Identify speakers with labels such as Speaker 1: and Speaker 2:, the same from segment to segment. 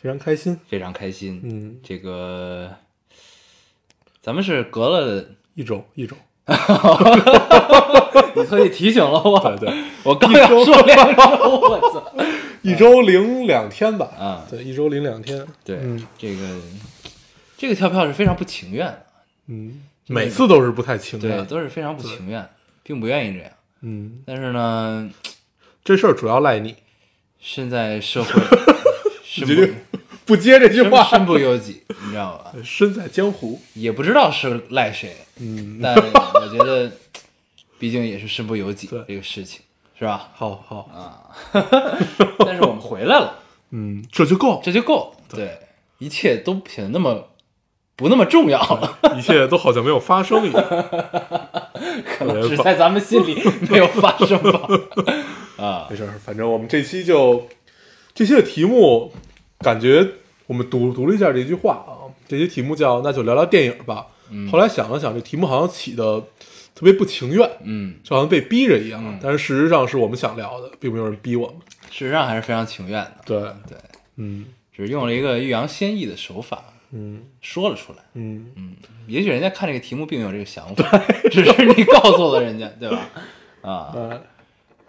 Speaker 1: 非常开心。
Speaker 2: 非常开心。
Speaker 1: 嗯，
Speaker 2: 这个咱们是隔了，
Speaker 1: 一周一周，
Speaker 2: 你特意提醒了我。
Speaker 1: 对，对，
Speaker 2: 我刚要说两周，我操。
Speaker 1: 一周零两天吧。
Speaker 2: 啊
Speaker 1: 对，一周零两天。
Speaker 2: 对，
Speaker 1: 嗯
Speaker 2: 这个这个跳票是非常不情愿的，
Speaker 1: 嗯，每次都是不太情
Speaker 2: 对，
Speaker 1: 愿。
Speaker 2: 都是非常不情愿，并不愿意这样。
Speaker 1: 嗯，
Speaker 2: 但是呢，
Speaker 1: 这事儿主要赖你，
Speaker 2: 现在社 会身
Speaker 1: 你这
Speaker 2: 不
Speaker 1: 个不接这句
Speaker 2: 身
Speaker 1: 话。
Speaker 2: 身不由己，你知道吧？
Speaker 1: 身在江湖，
Speaker 2: 也不知道是赖谁，嗯，但我觉得，毕竟也是身不由己
Speaker 1: 对
Speaker 2: 这个事情，是吧？
Speaker 1: 好
Speaker 2: 啊
Speaker 1: 好，
Speaker 2: 但是我们回来了，
Speaker 1: 嗯，这就够，
Speaker 2: 这就够，对，一切都显得那么不那么重要了，
Speaker 1: 一切都好像没有发生一样。
Speaker 2: 可能只在咱们心里没有发生吧。 啊，
Speaker 1: 没事儿，反正我们这期就这期的题目，感觉我们读读了一下这句话啊，这期题目叫“那就聊聊电影吧”。
Speaker 2: 嗯
Speaker 1: 后来想了想，这题目好像起的特别不情愿，
Speaker 2: 嗯，
Speaker 1: 就好像被逼着一样。啊但是事实上是我们想聊的，并没有人逼我们。
Speaker 2: 事实上还是非常情愿的，
Speaker 1: 对
Speaker 2: 对，
Speaker 1: 嗯
Speaker 2: 只是用了一个欲扬先抑的手法
Speaker 1: 嗯
Speaker 2: 说了出来。
Speaker 1: 嗯，
Speaker 2: 也许人家看这个题目并没有这个想法， 只是你告诉了人家，对吧？啊，
Speaker 1: 哎，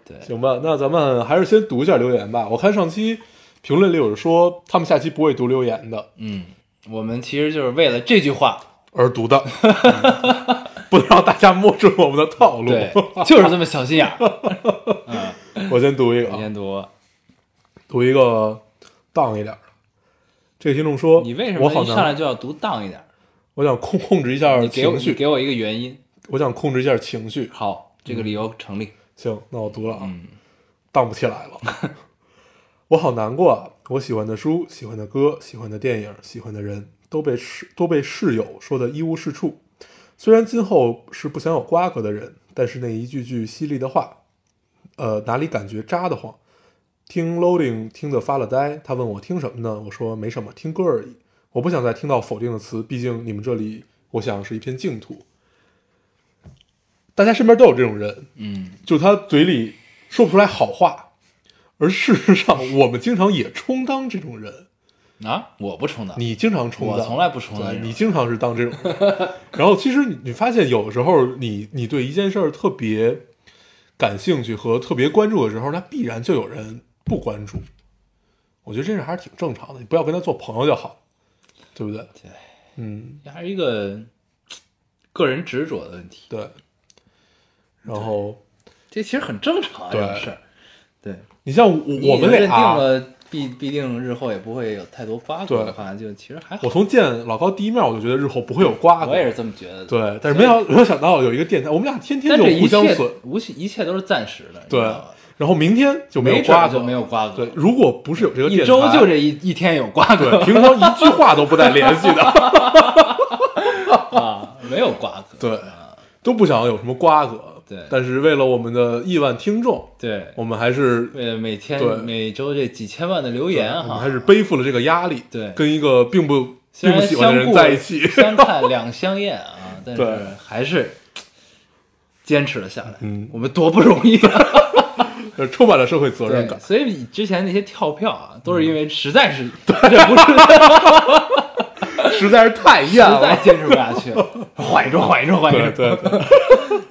Speaker 2: 对
Speaker 1: 行吧，那咱们还是先读一下留言吧。我看上期评论里有人说他们下期不会读留言的，
Speaker 2: 嗯，我们其实就是为了这句话
Speaker 1: 而读 的，嗯不能让大家摸准我们的套路。
Speaker 2: 对， 就是这么小心眼 儿。
Speaker 1: 我先读一个
Speaker 2: 你
Speaker 1: 啊，
Speaker 2: 先读，
Speaker 1: 读一个荡一点儿的。这个听众说：“
Speaker 2: 你为什
Speaker 1: 我
Speaker 2: 么
Speaker 1: 好
Speaker 2: 一上来
Speaker 1: 难？
Speaker 2: 就要读荡一点儿？
Speaker 1: 我想控控制一下
Speaker 2: 你给我
Speaker 1: 情
Speaker 2: 你
Speaker 1: 绪，
Speaker 2: 给我一个原因。
Speaker 1: 我想控制一下情绪。
Speaker 2: 好，这个理由成立。
Speaker 1: 行，那我读了啊，
Speaker 2: 嗯
Speaker 1: 荡不起来了。 我好难过啊！我喜欢的书、喜欢的歌、喜欢的电影、喜欢的人都被室都被室友说的一无是处。虽然今后是不想有瓜葛的人，但是那一句句犀利的话，呃，哪里感觉扎得慌？听 Loading 听得发了呆，他问我听什么呢？我说没什么，听歌而已。我不想再听到否定的词，毕竟你们这里，我想是一片净土。大家身边都有这种人，
Speaker 2: 嗯，
Speaker 1: 就他嘴里说不出来好话，而事实 上，我们经常也充当这种人。
Speaker 2: 啊，我不充当，
Speaker 1: 嗯你经常充当，
Speaker 2: 我从来不充当
Speaker 1: 对
Speaker 2: 这种
Speaker 1: 你经常是当这种人。 然后，其实你你发现，有时候你你对一件事儿特别感兴趣和特别关注的时候，他必然就有人不关注。我觉得这事儿还是挺正常的，你不要跟他做朋友就好，对不对？
Speaker 2: 对，
Speaker 1: 嗯，
Speaker 2: 还是一个个人执着的问题，
Speaker 1: 对。然后，
Speaker 2: 这其实很正常啊，这
Speaker 1: 对
Speaker 2: 种事儿。对，
Speaker 1: 你像我我们
Speaker 2: 你已经认
Speaker 1: 俩啊
Speaker 2: 定了，必必定日后也不会有太多瓜葛
Speaker 1: 对
Speaker 2: 的话，就其实还好
Speaker 1: 我。从见老高第一面，我就觉得日后不会有瓜葛。
Speaker 2: 我也是这么觉得的。
Speaker 1: 对，但是没想没有想到有一个电台，我们俩天天
Speaker 2: 但
Speaker 1: 就
Speaker 2: 这一
Speaker 1: 互相
Speaker 2: 切
Speaker 1: 损，
Speaker 2: 无一切都是暂时的，你
Speaker 1: 对
Speaker 2: 知道吧
Speaker 1: 然后明天就没
Speaker 2: 没
Speaker 1: 有
Speaker 2: 准儿
Speaker 1: 瓜葛，
Speaker 2: 就没有瓜葛
Speaker 1: 对，，如果不是有这个电
Speaker 2: 一
Speaker 1: 台，
Speaker 2: 周就这一一天有瓜葛
Speaker 1: 对，平常一句话都不带联系 的，
Speaker 2: 啊，没有瓜葛。
Speaker 1: 对，都不想有什么瓜葛。
Speaker 2: 对
Speaker 1: 但是为了我们的亿万听众，
Speaker 2: 对，
Speaker 1: 我们还是
Speaker 2: 为了每天
Speaker 1: 对
Speaker 2: 每周这几千万的留
Speaker 1: 对
Speaker 2: 言
Speaker 1: 我们
Speaker 2: 哈，
Speaker 1: 还是背负了这个压力，
Speaker 2: 对
Speaker 1: 跟一个并不
Speaker 2: 虽
Speaker 1: 并不
Speaker 2: 然
Speaker 1: 喜欢的
Speaker 2: 相
Speaker 1: 人
Speaker 2: 顾，
Speaker 1: 在一起
Speaker 2: 相看两相厌啊，但是
Speaker 1: 对
Speaker 2: 还是坚持了下来。
Speaker 1: 嗯
Speaker 2: 我们多不容易啊！
Speaker 1: 呃充满了社会责任
Speaker 2: 对，
Speaker 1: 感。嗯
Speaker 2: 所以之前那些跳票啊，都是因为实 在是忍不住，实
Speaker 1: 实在是太厌
Speaker 2: 在
Speaker 1: 了。
Speaker 2: 坚持不下去 了，缓着缓着缓
Speaker 1: 对
Speaker 2: 着。
Speaker 1: 对对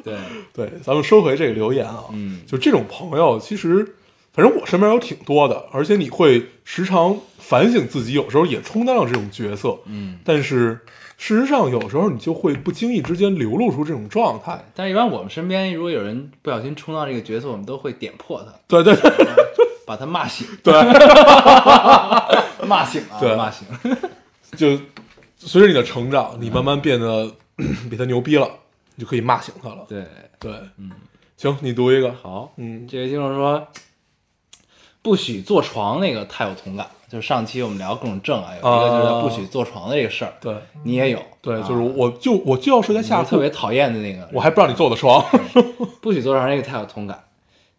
Speaker 2: 对，
Speaker 1: 对，咱们收回这个留言啊，
Speaker 2: 嗯
Speaker 1: 就这种朋友，其实反正我身边有挺多的，而且你会时常反省自己，有时候也充当了这种角色，
Speaker 2: 嗯。
Speaker 1: 但是事实上，有时候你就会不经意之间流露出这种状态。
Speaker 2: 但是，一般我们身边如果有人不小心冲到这个角色，我们都会点破他，
Speaker 1: 对对对，
Speaker 2: 把他骂醒，
Speaker 1: 对
Speaker 2: 骂醒啊，
Speaker 1: 对
Speaker 2: 骂醒。
Speaker 1: 就随着你的成长，你慢慢变得 比他牛逼了，你就可以骂醒他了。
Speaker 2: 对，
Speaker 1: 对，嗯，行，你读一个，
Speaker 2: 好，
Speaker 1: 嗯
Speaker 2: 这位听众说，不许坐床那个太有同感了，就是上期我们聊各种症啊，有一
Speaker 1: 啊
Speaker 2: 个就是叫不许坐床的这个事儿，
Speaker 1: 对
Speaker 2: 你也有，
Speaker 1: 对，
Speaker 2: 啊
Speaker 1: 就是我就我就要睡在
Speaker 2: 你就
Speaker 1: 下
Speaker 2: 特
Speaker 1: 铺，
Speaker 2: 别讨厌的那个，
Speaker 1: 我还不让你坐我的床。
Speaker 2: 不许坐床这个太有同感。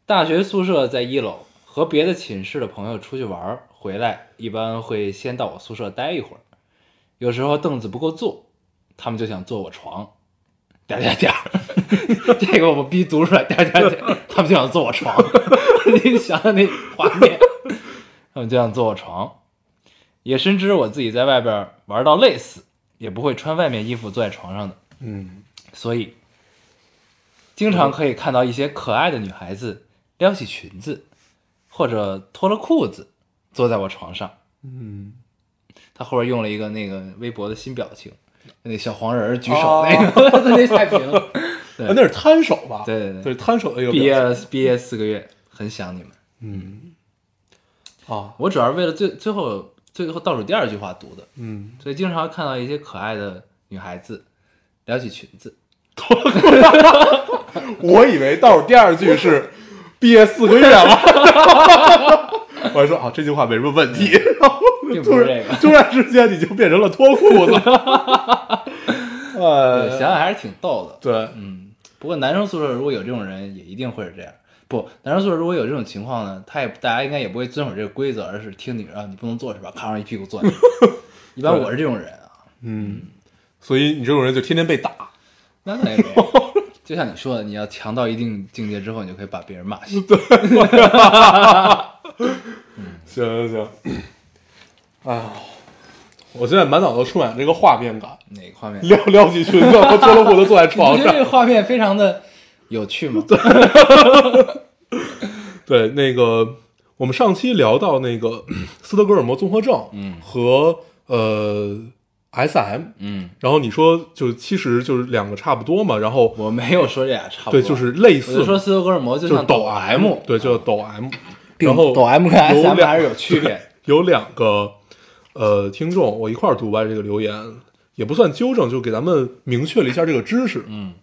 Speaker 2: 大学宿舍在一楼，和别的寝室的朋友出去玩儿回来，一般会先到我宿舍待一会儿。有时候凳子不够坐，他们就想坐我床，点儿点儿点儿， 这个我逼读出来，点儿点儿点儿，他们就想坐我床。 你想想那画面，他们就想坐我床。也深知我自己在外边儿玩到累死，也不会穿外面衣服坐在床上的。
Speaker 1: 嗯，
Speaker 2: 所以经常可以看到一些可爱的女孩子撩起裙子，或者脱了裤子坐在我床上。
Speaker 1: 嗯，
Speaker 2: 他后边用了一个那个微博的新表情，那小黄人儿举手那个，在哦 那太平。
Speaker 1: 啊 那是摊手吧？
Speaker 2: 对对对
Speaker 1: 对，摊手的一个
Speaker 2: 毕业
Speaker 1: 表
Speaker 2: 了，毕业四个月，很想你们。
Speaker 1: 情啊，
Speaker 2: 我主要是为了最最后最后倒数第二句话读的，
Speaker 1: 嗯，
Speaker 2: 所以经常看到一些可爱的女孩子撩起裙子，
Speaker 1: 我以为倒数第二句是毕业四个 月了，我还说啊这句话没什么问题，然后
Speaker 2: 并不
Speaker 1: 突
Speaker 2: 是这
Speaker 1: 然
Speaker 2: 个。
Speaker 1: 突然之间你就变成了 脱裤子，
Speaker 2: 对想
Speaker 1: 呃，
Speaker 2: 想还是挺逗的。
Speaker 1: 对，
Speaker 2: 嗯，不过男生宿舍如果有这种人，也一定会是这样。不，男生宿舍如果有这种情况呢，他也大家应该也不会遵守这个规则，而是听你啊，你不能坐是吧？咔上一屁股坐下。一般我是这种人啊，
Speaker 1: 嗯，所以你这种人就天天被打，
Speaker 2: 那倒也没有。就像你说的，你要强到一定境界之后，你就可以把别人骂醒。
Speaker 1: 行行行，哎呦，我现在满脑子充满这个画面感，
Speaker 2: 哪个画面？
Speaker 1: 撩撩起裙子，我脱了裤子坐在
Speaker 2: 我
Speaker 1: 床
Speaker 2: 觉
Speaker 1: 上
Speaker 2: 得，这个画面非常的有趣吗？
Speaker 1: 对，那个我们上期聊到那个 斯德哥尔摩综合症，
Speaker 2: 嗯
Speaker 1: 和呃 S M，
Speaker 2: 嗯，
Speaker 1: 然后你说就是其实就是两个差不多嘛，然后
Speaker 2: 我没有说这俩差不多。
Speaker 1: 对，就是类
Speaker 2: 我
Speaker 1: 似
Speaker 2: 就说
Speaker 1: 嘛，
Speaker 2: 斯德哥尔摩就
Speaker 1: 就是
Speaker 2: 像
Speaker 1: 抖
Speaker 2: M，
Speaker 1: 对，就是抖 M，
Speaker 2: 并
Speaker 1: 然后
Speaker 2: 抖 M 跟
Speaker 1: 有
Speaker 2: SM
Speaker 1: 两
Speaker 2: 还是有区别。
Speaker 1: 有两个呃听众，我一块儿读吧这个留言，也不算纠正，就给咱们明确了一下这个知识。
Speaker 2: 嗯，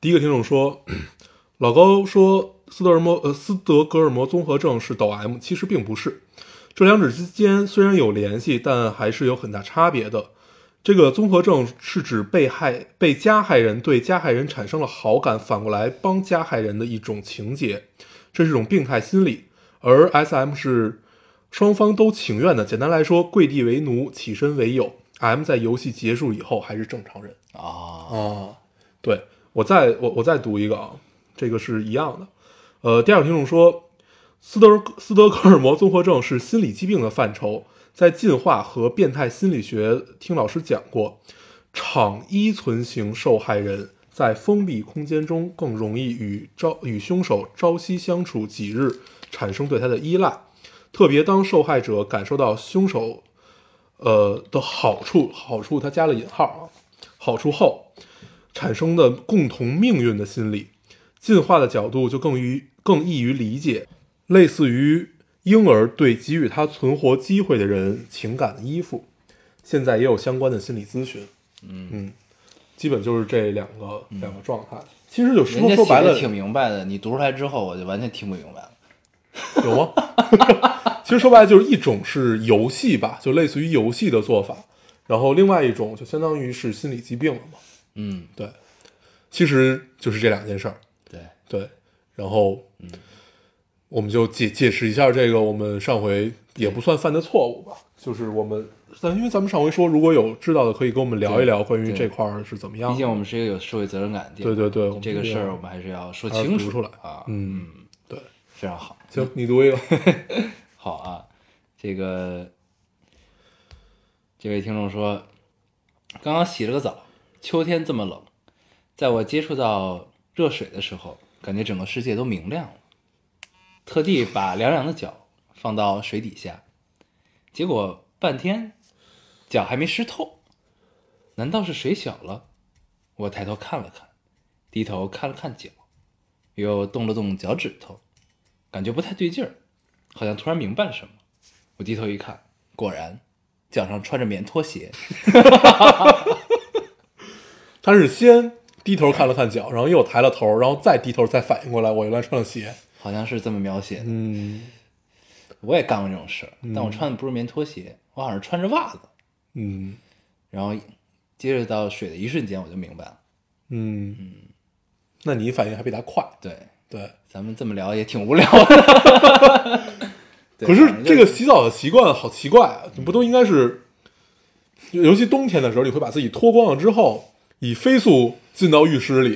Speaker 1: 第一个听众说，老高说斯德尔摩呃斯德哥尔摩综合症是抖 M，其实并不是，这两者之间虽然有联系，但还是有很大差别的。这个综合症是指被害被加害人对加害人产生了好感，反过来帮加害人的一种情节，这是一种病态心理。而 S M 是双方都情愿的，简单来说，跪地为奴，起身为友。M 在游戏结束以后还是正常人。
Speaker 2: 啊，
Speaker 1: 啊，对我再我我再读一个啊，这个是一样的。呃，第二个听众说，斯德斯德哥尔摩综合症是心理疾病的范畴，在进化和变态心理学听老师讲过，场依存型受害人在封闭空间中更容易与朝与凶手朝夕相处几日，产生对他的依赖。特别当受害者感受到凶手，呃的好处，好处他加了引号啊，好处后产生的共同命运的心理，进化的角度就更于更易于理解，类似于婴儿对给予他存活机会的人情感的依附。现在也有相关的心理咨询，嗯基本就是这两个、两个状态。其实就
Speaker 2: 人
Speaker 1: 说
Speaker 2: 家
Speaker 1: 说白
Speaker 2: 写
Speaker 1: 了
Speaker 2: 的，挺明白的，你读出来之后，我就完全听不明白了。
Speaker 1: 有吗？ 其实说白了就是一种是游戏吧，就类似于游戏的做法，然后另外一种就相当于是心理疾病了嘛。
Speaker 2: 嗯，
Speaker 1: 对，其实就是这两件事儿。
Speaker 2: 对，
Speaker 1: 对，然后，我们就解解释一下这个我们上回也不算犯的错误吧，就是我们，但因为咱们上回说，如果有知道的，可以跟我们聊一聊关于
Speaker 2: 对
Speaker 1: 这块儿是怎么样
Speaker 2: 毕竟
Speaker 1: 的。
Speaker 2: 我们是一个有社会责任感的地方。
Speaker 1: 对对对，我们
Speaker 2: 这个
Speaker 1: 这
Speaker 2: 事儿
Speaker 1: 样
Speaker 2: 我们还是要说
Speaker 1: 还是
Speaker 2: 清
Speaker 1: 读
Speaker 2: 楚
Speaker 1: 出来
Speaker 2: 啊。
Speaker 1: 嗯，对，
Speaker 2: 非常好，
Speaker 1: 行，你读一个，
Speaker 2: 好啊。这个这位听众说，刚刚洗了个澡，秋天这么冷，在我接触到热水的时候，感觉整个世界都明亮了。特地把凉凉的脚放到水底下，结果半天脚还没湿透，难道是水小了？我抬头看了看，低头看了看脚，又动了动脚趾头，感觉不太对劲儿，好像突然明白了什么。我低头一看，果然脚上穿着棉拖鞋。
Speaker 1: 他是先低头看了看脚，然后又抬了头，然后再低头再反应过来，我原来穿了鞋。
Speaker 2: 好像是这么描写的。
Speaker 1: 嗯，
Speaker 2: 我也干过这种事儿，
Speaker 1: 嗯
Speaker 2: 但我穿的不是棉拖鞋，我好像是穿着袜子。
Speaker 1: 嗯
Speaker 2: 然后接触到水的一瞬间，我就明白了。
Speaker 1: 嗯，那你反应还比他快，
Speaker 2: 对，
Speaker 1: 对。
Speaker 2: 咱们这么聊也挺无聊的。 对
Speaker 1: 可
Speaker 2: 反
Speaker 1: 是
Speaker 2: 正
Speaker 1: 这
Speaker 2: 就
Speaker 1: 个洗澡的习惯好奇怪啊！你不都应该是，尤其冬天的时候，你会把自己脱光了之后，以飞速进到浴室里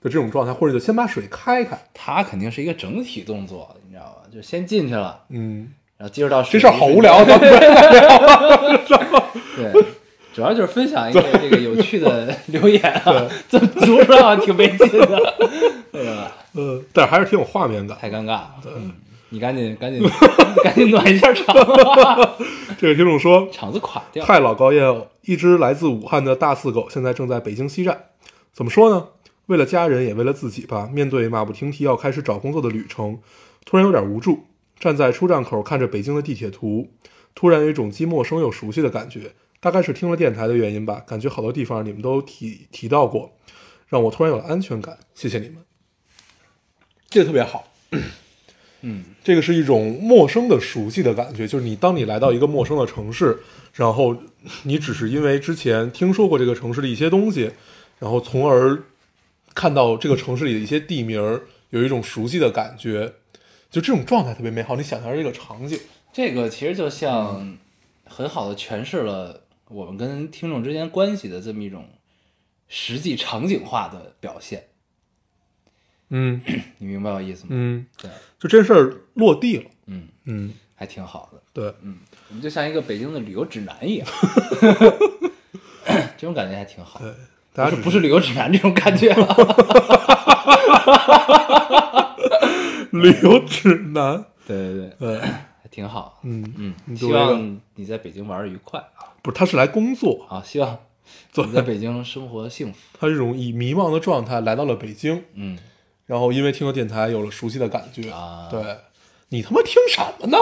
Speaker 1: 的这种状态，或者就先把水开开。
Speaker 2: 它肯定是一个整体动作，你知道吧？就先进去了，
Speaker 1: 嗯，
Speaker 2: 然后接触到
Speaker 1: 这
Speaker 2: 水
Speaker 1: 事儿
Speaker 2: 的一
Speaker 1: 好
Speaker 2: 瞬
Speaker 1: 无聊，啊
Speaker 2: 间
Speaker 1: 咱们 不要
Speaker 2: 对，主要就是分享一个这个有趣 的留言啊，这么读出来好像挺没劲的， 对吧？
Speaker 1: 呃，但是还是挺有画面感。
Speaker 2: 太尴尬了。嗯你赶紧赶紧 赶紧暖一下场，
Speaker 1: 这位听众说，
Speaker 2: 场子垮掉。
Speaker 1: 嗨，老高燕鸥，一只来自武汉的大四狗，现在正在北京西站。怎么说呢？为了家人，也为了自己吧。面对马不停蹄要开始找工作的旅程，突然有点无助。站在出站口，看着北京的地铁图，突然有一种既陌生又熟悉的感觉。大概是听了电台的原因吧，感觉好多地方你们都提提到过，让我突然有了安全感。谢谢你们，这个特别好。
Speaker 2: 嗯，
Speaker 1: 这个是一种陌生的熟悉的感觉，就是你当你来到一个陌生的城市，然后你只是因为之前听说过这个城市的一些东西，然后从而看到这个城市里的一些地名儿，有一种熟悉的感觉，就这种状态特别美好。你想象这个场景，
Speaker 2: 这个其实就
Speaker 1: 嗯
Speaker 2: 像很好的诠释了我们跟听众之间关系的这么一种实际场景化的表现，
Speaker 1: 嗯
Speaker 2: 你明白我意思吗？
Speaker 1: 嗯，
Speaker 2: 对，
Speaker 1: 就这事儿落地了，
Speaker 2: 嗯，
Speaker 1: 嗯，
Speaker 2: 还挺好的。
Speaker 1: 对，
Speaker 2: 嗯，我们就像一个北京的旅游指南 一样，这种感觉还挺好。
Speaker 1: 对，大家
Speaker 2: 不是
Speaker 1: 只
Speaker 2: 不是旅游指南这种感觉啊了。
Speaker 1: 旅游指南，
Speaker 2: 对对对，
Speaker 1: 对，
Speaker 2: 还挺好。
Speaker 1: 嗯，
Speaker 2: 嗯，
Speaker 1: 你作
Speaker 2: 希
Speaker 1: 为一个
Speaker 2: 望你在北京玩的愉快啊！
Speaker 1: 不是，他是来工作，
Speaker 2: 啊，希 望
Speaker 1: 对
Speaker 2: 你，在北京生活幸福。
Speaker 1: 他这种以迷茫的状态来到了北京，
Speaker 2: 嗯，
Speaker 1: 然后因为听了电台有了熟悉的感觉
Speaker 2: 啊
Speaker 1: 对，你他妈听什么 呢？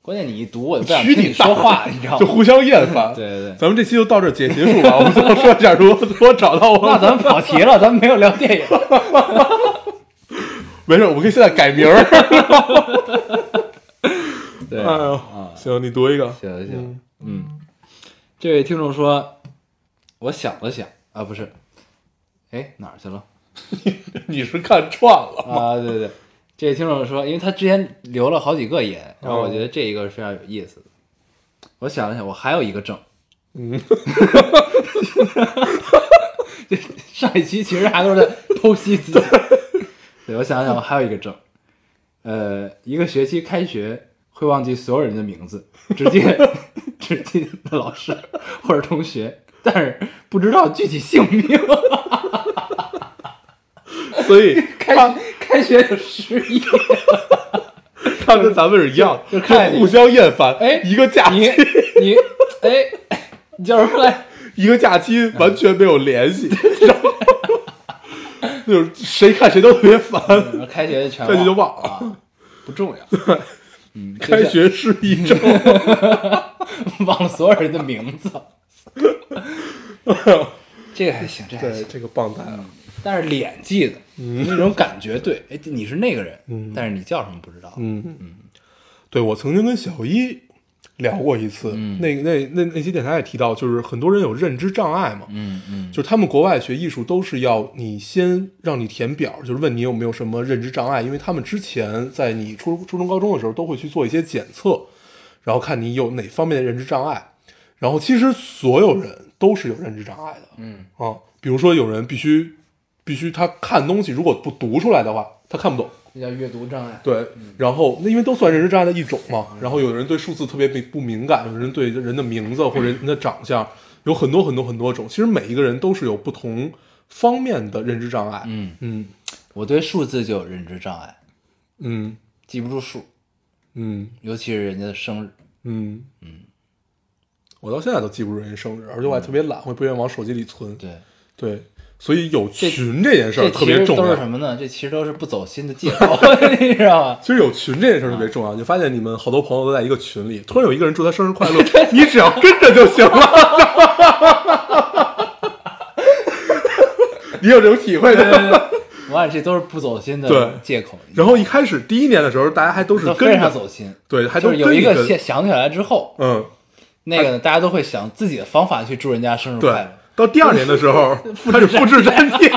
Speaker 2: 关键你一读我就不想
Speaker 1: 取
Speaker 2: 听
Speaker 1: 你
Speaker 2: 你
Speaker 1: 大
Speaker 2: 说话，你知道
Speaker 1: 就
Speaker 2: 吗？
Speaker 1: 互相厌 烦。
Speaker 2: 对对对，
Speaker 1: 咱们这期就到这儿结结束吧。我们最后说一下如 何如何找到我。
Speaker 2: 那咱们跑题 了，咱们没有聊电影。
Speaker 1: 没事，我们可以现在改名儿。
Speaker 2: 对，啊
Speaker 1: 哎呦，行，你读一个。
Speaker 2: 行行，嗯，这位听众说，我想了想啊，不是，哎，哪儿去了？
Speaker 1: 你是看串了，
Speaker 2: 啊，对对对，这位听众说，因为他之前留了好几个言，然后我觉得这一个是非常有意思的。我想了想，我还有一个证，
Speaker 1: 嗯，
Speaker 2: 上一期其实还都是在剖析自己。对，我想了想，我还有一个证，呃，一个学期开学会忘记所有人的名字，只记只记得老师或者同学，但是不知道具体姓名。
Speaker 1: 所 以
Speaker 2: 开
Speaker 1: 他
Speaker 2: 开学就失忆了。
Speaker 1: 他跟咱们是一样，
Speaker 2: 就就
Speaker 1: 就
Speaker 2: 看你
Speaker 1: 互相厌烦。
Speaker 2: 哎
Speaker 1: 一个假
Speaker 2: 你
Speaker 1: 期，
Speaker 2: 你哎，你叫什么来？
Speaker 1: 一个假期完全没有联 系，然后就是谁看谁都特别烦。
Speaker 2: 然后开学就全
Speaker 1: 开学就忘了
Speaker 2: 啊，不重要。嗯，就
Speaker 1: 开
Speaker 2: 是
Speaker 1: 学是一周，
Speaker 2: 忘了所有人的名字。这个还行，这还
Speaker 1: 对
Speaker 2: 行，嗯
Speaker 1: 这个棒啊呆了。
Speaker 2: 但是脸记得，那种感觉对。哎，你是那个人，
Speaker 1: 嗯
Speaker 2: 但是你叫什么不知道。
Speaker 1: 嗯嗯，对我曾经跟小一聊过一次，
Speaker 2: 嗯
Speaker 1: 那那那那期电台也提到，就是很多人有认知障碍嘛，
Speaker 2: 嗯嗯，
Speaker 1: 就是他们国外学艺术都是要你先让你填表，就是问你有没有什么认知障碍，因为他们之前在你初初中高中的时候都会去做一些检测，然后看你有哪方面的认知障碍。然后其实所有人都是有认知障碍的，
Speaker 2: 嗯
Speaker 1: 啊，比如说有人必须必须他看东西如果不读出来的话，他看不懂。
Speaker 2: 这叫阅读障碍。
Speaker 1: 对，然后那因为都算认知障碍的一种嘛，然后有的人对数字特别不不敏感，有人对人的名字或者人的长相，有很多很多很多种。其实每一个人都是有不同方面的认知障碍。
Speaker 2: 嗯，
Speaker 1: 嗯
Speaker 2: 我对数字就有认知障碍，
Speaker 1: 嗯
Speaker 2: 记不住数，
Speaker 1: 嗯
Speaker 2: 尤其是人家的生日。
Speaker 1: 嗯嗯，我到现在都记不住人家生日，而且我还特别懒，会不愿意往手机里存。
Speaker 2: 嗯对，
Speaker 1: 对，所以有群这件事
Speaker 2: 这
Speaker 1: 儿
Speaker 2: 其
Speaker 1: 特
Speaker 2: 实
Speaker 1: 别重
Speaker 2: 都是
Speaker 1: 要。
Speaker 2: 什么呢？这其实都是不走心的借口， 你知道吗？
Speaker 1: 其实有群这件事儿特别重要，你就发现你们好多朋友都在一个群
Speaker 2: 嗯
Speaker 1: 里，突然有一个人祝他生日 快乐，你只要跟着就行了。你有这种体会
Speaker 2: 对
Speaker 1: 的？
Speaker 2: 对对，我感觉这都是不走心的
Speaker 1: 对
Speaker 2: 借口。
Speaker 1: 然后一开始第一年的时候，大家还都是
Speaker 2: 都
Speaker 1: 跟
Speaker 2: 非常
Speaker 1: 着
Speaker 2: 走，心，
Speaker 1: 对，还
Speaker 2: 就
Speaker 1: 都
Speaker 2: 是有一
Speaker 1: 跟
Speaker 2: 个想
Speaker 1: 着
Speaker 2: 想起来之后，
Speaker 1: 嗯，
Speaker 2: 那个呢大家都会想自己的方法去祝人家生日快
Speaker 1: 对
Speaker 2: 乐。。
Speaker 1: 到第二年的时 候，开始复制粘贴，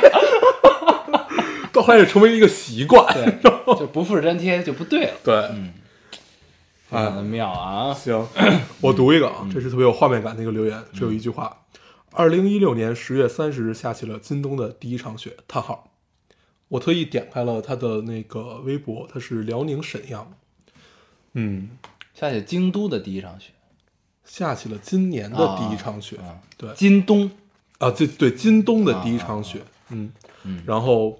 Speaker 1: 到后来也成为一个习惯。
Speaker 2: 对，就不复制粘贴就不对了，
Speaker 1: 对，
Speaker 2: 非
Speaker 1: 哎
Speaker 2: 常的妙啊！
Speaker 1: 行， 我读一个啊，这是特别有画面感的一个留言，只有一句话：二零一六年十月三十日下起了今冬的第一场雪。叹号！我特意点开了他的那个微博，他是辽宁沈阳，嗯，
Speaker 2: 下起京都的第一场雪，
Speaker 1: 下起了今年的第一场雪，
Speaker 2: 啊
Speaker 1: 对
Speaker 2: 今冬
Speaker 1: 啊，这对今冬的第一场雪，嗯
Speaker 2: 啊嗯
Speaker 1: 然后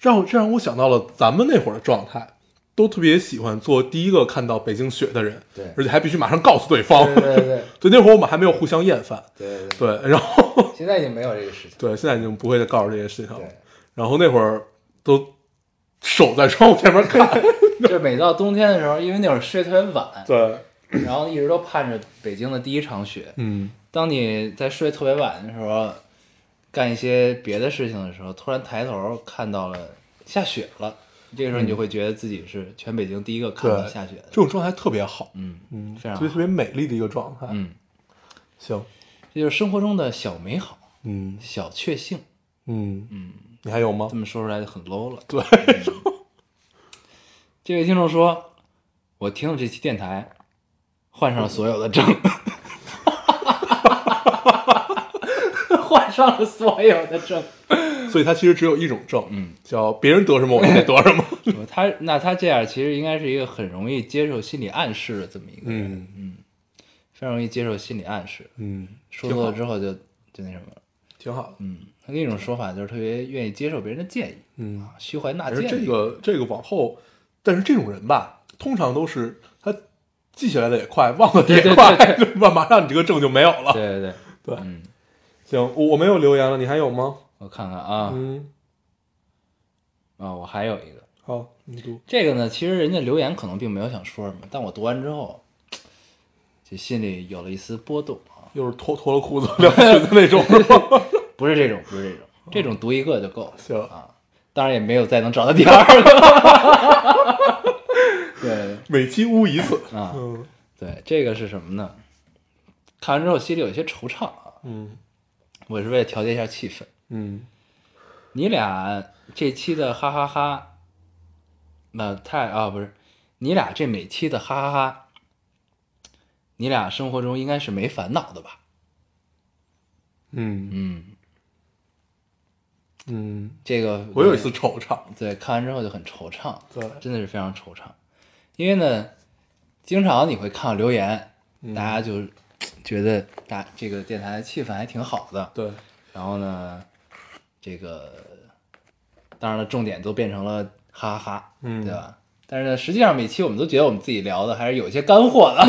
Speaker 1: 让这让我想到了咱们那会儿的状态。都特别喜欢做第一个看到北京雪的人，
Speaker 2: 对
Speaker 1: 而且还必须马上告诉对方。
Speaker 2: 对
Speaker 1: 对，那会儿我们还没有互相厌烦，
Speaker 2: 对对，
Speaker 1: 对，然后。
Speaker 2: 现在已经没有这个事情
Speaker 1: 对，现在已经不会再告诉这些事情了。然后那会儿都守在窗户前面看，
Speaker 2: 就是每到冬天的时候，因为那会儿睡特别晚，
Speaker 1: 对，
Speaker 2: 然后一直都盼着北京的第一场雪。
Speaker 1: 嗯，
Speaker 2: 当你在睡特别晚的时候，干一些别的事情的时候，突然抬头看到了下雪了，这个时候你就会觉得自己是全北京第一个看到
Speaker 1: 嗯对，
Speaker 2: 下雪的
Speaker 1: 这。种状态特别好，
Speaker 2: 嗯
Speaker 1: 嗯，
Speaker 2: 非常
Speaker 1: 所以特
Speaker 2: 好。
Speaker 1: 别美丽的一个状态。
Speaker 2: 嗯，
Speaker 1: 行，
Speaker 2: 这就是生活中的小美好、
Speaker 1: 嗯
Speaker 2: 小确幸。
Speaker 1: 嗯嗯，你还有吗
Speaker 2: 这？么说出来就很 low 了。嗯
Speaker 1: 对
Speaker 2: 这位听众说：“我听了这期电台，患上了所有的 症，患上了所有的症。
Speaker 1: 所以它其实只有一种症，
Speaker 2: 嗯，
Speaker 1: 叫别人得什么我就得得什 么。
Speaker 2: 我呃他那他这样其实应该是一个很容易接受心理暗示的这么一个人，
Speaker 1: 嗯
Speaker 2: 非常容易接受心理暗示，
Speaker 1: 嗯，
Speaker 2: 说
Speaker 1: 挺
Speaker 2: 多
Speaker 1: 好
Speaker 2: 了，之后就就那什么了。
Speaker 1: 挺好的。
Speaker 2: 嗯，他另一种说法就是特别愿意接受别人的建议，啊
Speaker 1: 嗯，
Speaker 2: 虚怀纳
Speaker 1: 而
Speaker 2: 谏。
Speaker 1: 这个这个往后，但是这种人吧，通常都是他记起来的也快，忘了的
Speaker 2: 对对对
Speaker 1: 也快，对吧？马上你这个症就没有了。
Speaker 2: 对对对，
Speaker 1: 对，
Speaker 2: 嗯，
Speaker 1: 行，我我没有留言了，你还有吗？
Speaker 2: 我看看啊啊、
Speaker 1: 嗯，
Speaker 2: 我还有一个，
Speaker 1: 好，你读。
Speaker 2: 这个呢，其实人家留言可能并没有想说什么，但我读完之后，就心里有了一丝波动啊。
Speaker 1: 又是脱脱了裤子聊裙子 那种，是吧？
Speaker 2: 不是这种，不是这种，
Speaker 1: 哦
Speaker 2: 这种读一个就够了。
Speaker 1: 行
Speaker 2: 啊，当然也没有再能找到第二个。 对
Speaker 1: 每期污一次。
Speaker 2: 啊，
Speaker 1: 嗯
Speaker 2: 对，这个是什么呢？看完之后心里有些惆怅啊，
Speaker 1: 嗯
Speaker 2: 我是为了调节一下气氛。
Speaker 1: 嗯
Speaker 2: 你俩这期的哈哈哈那太啊不是，你俩这每期的哈哈哈，你俩生活中应该是没烦恼的吧？
Speaker 1: 嗯
Speaker 2: 嗯，
Speaker 1: 嗯，
Speaker 2: 这个
Speaker 1: 我有一次惆怅。
Speaker 2: 对看完之后就很惆怅，
Speaker 1: 对
Speaker 2: 真的是非常惆怅，因为呢，经常你会看到留言，
Speaker 1: 嗯
Speaker 2: 大家就觉得大这个电台气氛还挺好的，
Speaker 1: 对，
Speaker 2: 然后呢，这个当然了，重点都变成了哈哈哈，
Speaker 1: 嗯
Speaker 2: 对吧？但是呢，实际上每期我们都觉得我们自己聊的还是有一些干货的，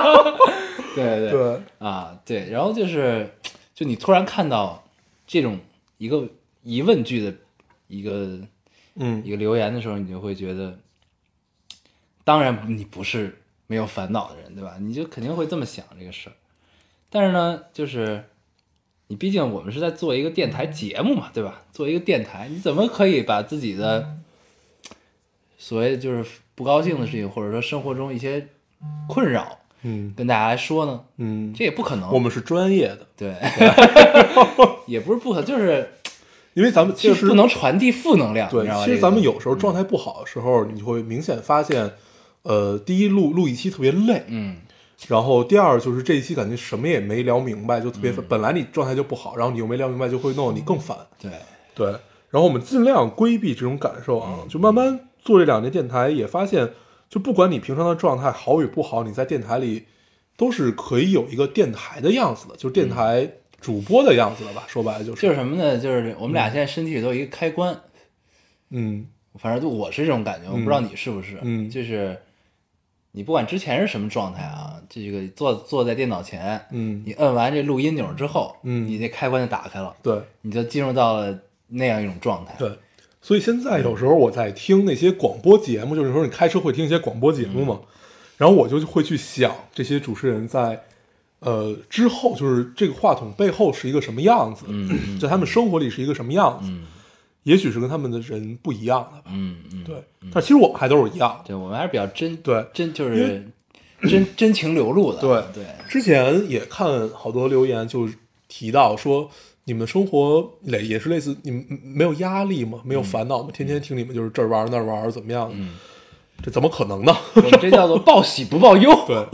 Speaker 2: 对对
Speaker 1: 对
Speaker 2: 啊对，然后就是就你突然看到这种一个疑问句的一个
Speaker 1: 嗯
Speaker 2: 一个留言的时候，你就会觉得，当然你不是没有烦恼的人，对吧？你就肯定会这么想这个事儿。但是呢，就是你毕竟我们是在做一个电台节目嘛，对吧？做一个电台，你怎么可以把自己的所谓就是不高兴的事情，或者说生活中一些困扰，
Speaker 1: 嗯
Speaker 2: 跟大家来说呢？
Speaker 1: 嗯，
Speaker 2: 这也不可能。
Speaker 1: 我们是专业的，
Speaker 2: 对， 也不是不可，就是
Speaker 1: 因为咱们其
Speaker 2: 就是
Speaker 1: 实
Speaker 2: 不能传递负能量，你
Speaker 1: 对
Speaker 2: 知道，吧
Speaker 1: 其
Speaker 2: 啊这
Speaker 1: 实
Speaker 2: 个
Speaker 1: 咱们
Speaker 2: 东西
Speaker 1: 有时候状态不好的时候，你会明显发现，呃，第一录录一期特别累，
Speaker 2: 嗯。
Speaker 1: 然后第二就是这一期感觉什么也没聊明白，就特别烦本来你状态就不好，然后你又没聊明白，就会弄得你更烦。
Speaker 2: 对，
Speaker 1: 对，然后我们尽量规避这种感受啊，就慢慢做这两年电台，也发现，就不管你平常的状态好与不好，你在电台里都是可以有一个电台的样子的，就是电台主播的样子了吧？说白了就是，
Speaker 2: 就是什么呢？就是我们俩现在身体里都有一个开关，
Speaker 1: 嗯
Speaker 2: 反正就我是这种感觉，我不知道你是不是。
Speaker 1: 嗯
Speaker 2: 就是你不管之前是什么状态啊，这个坐坐在电脑前，
Speaker 1: 嗯，
Speaker 2: 你摁完这录音钮之后，
Speaker 1: 嗯
Speaker 2: 你这开关就打开了，
Speaker 1: 对
Speaker 2: 你就进入到了那样一种状态。
Speaker 1: 对。所以现在有时候我在听那些广播节目，就是说你开车会听一些广播节目
Speaker 2: 嗯
Speaker 1: 嘛，然后我就会去想这些主持人在，呃，之后就是这个话筒背后是一个什么样子，
Speaker 2: 嗯
Speaker 1: 在他们生活里是一个什么样子，
Speaker 2: 嗯
Speaker 1: 也许是跟他们的人不一样的吧。
Speaker 2: 嗯嗯，
Speaker 1: 对，但其实我们还都是一样的。
Speaker 2: 对，我们还是比较真，
Speaker 1: 对
Speaker 2: 真就
Speaker 1: 因
Speaker 2: 是真真情流露的，
Speaker 1: 对
Speaker 2: 对，
Speaker 1: 之前也看好多留言，就提到说你们生活类也是类似，你们没有压力吗？没有烦恼吗？天天听你们就是这儿玩儿那儿玩儿，怎么样的？
Speaker 2: 嗯
Speaker 1: 这怎么 可能呢？
Speaker 2: 我们这叫做报喜不报 忧，
Speaker 1: 对，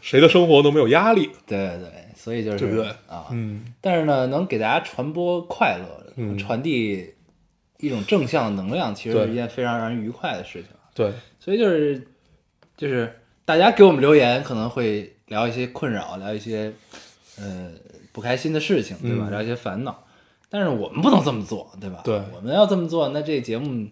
Speaker 1: 谁的生活都没有压力？
Speaker 2: 对对对，所以就是
Speaker 1: 对不对
Speaker 2: 啊，
Speaker 1: 嗯，
Speaker 2: 但是呢，能给大家传播快乐，传递一种正向能量，其实
Speaker 1: 对
Speaker 2: 是一件非常让人愉快的事情。
Speaker 1: 对，
Speaker 2: 所以就是就是大家给我们留言，可能会聊一些困扰，聊一些呃不开心的事情，对吧？
Speaker 1: 嗯
Speaker 2: 聊一些烦恼。但是我们不能这么做，对吧？
Speaker 1: 对
Speaker 2: 我们要这么做，那这节目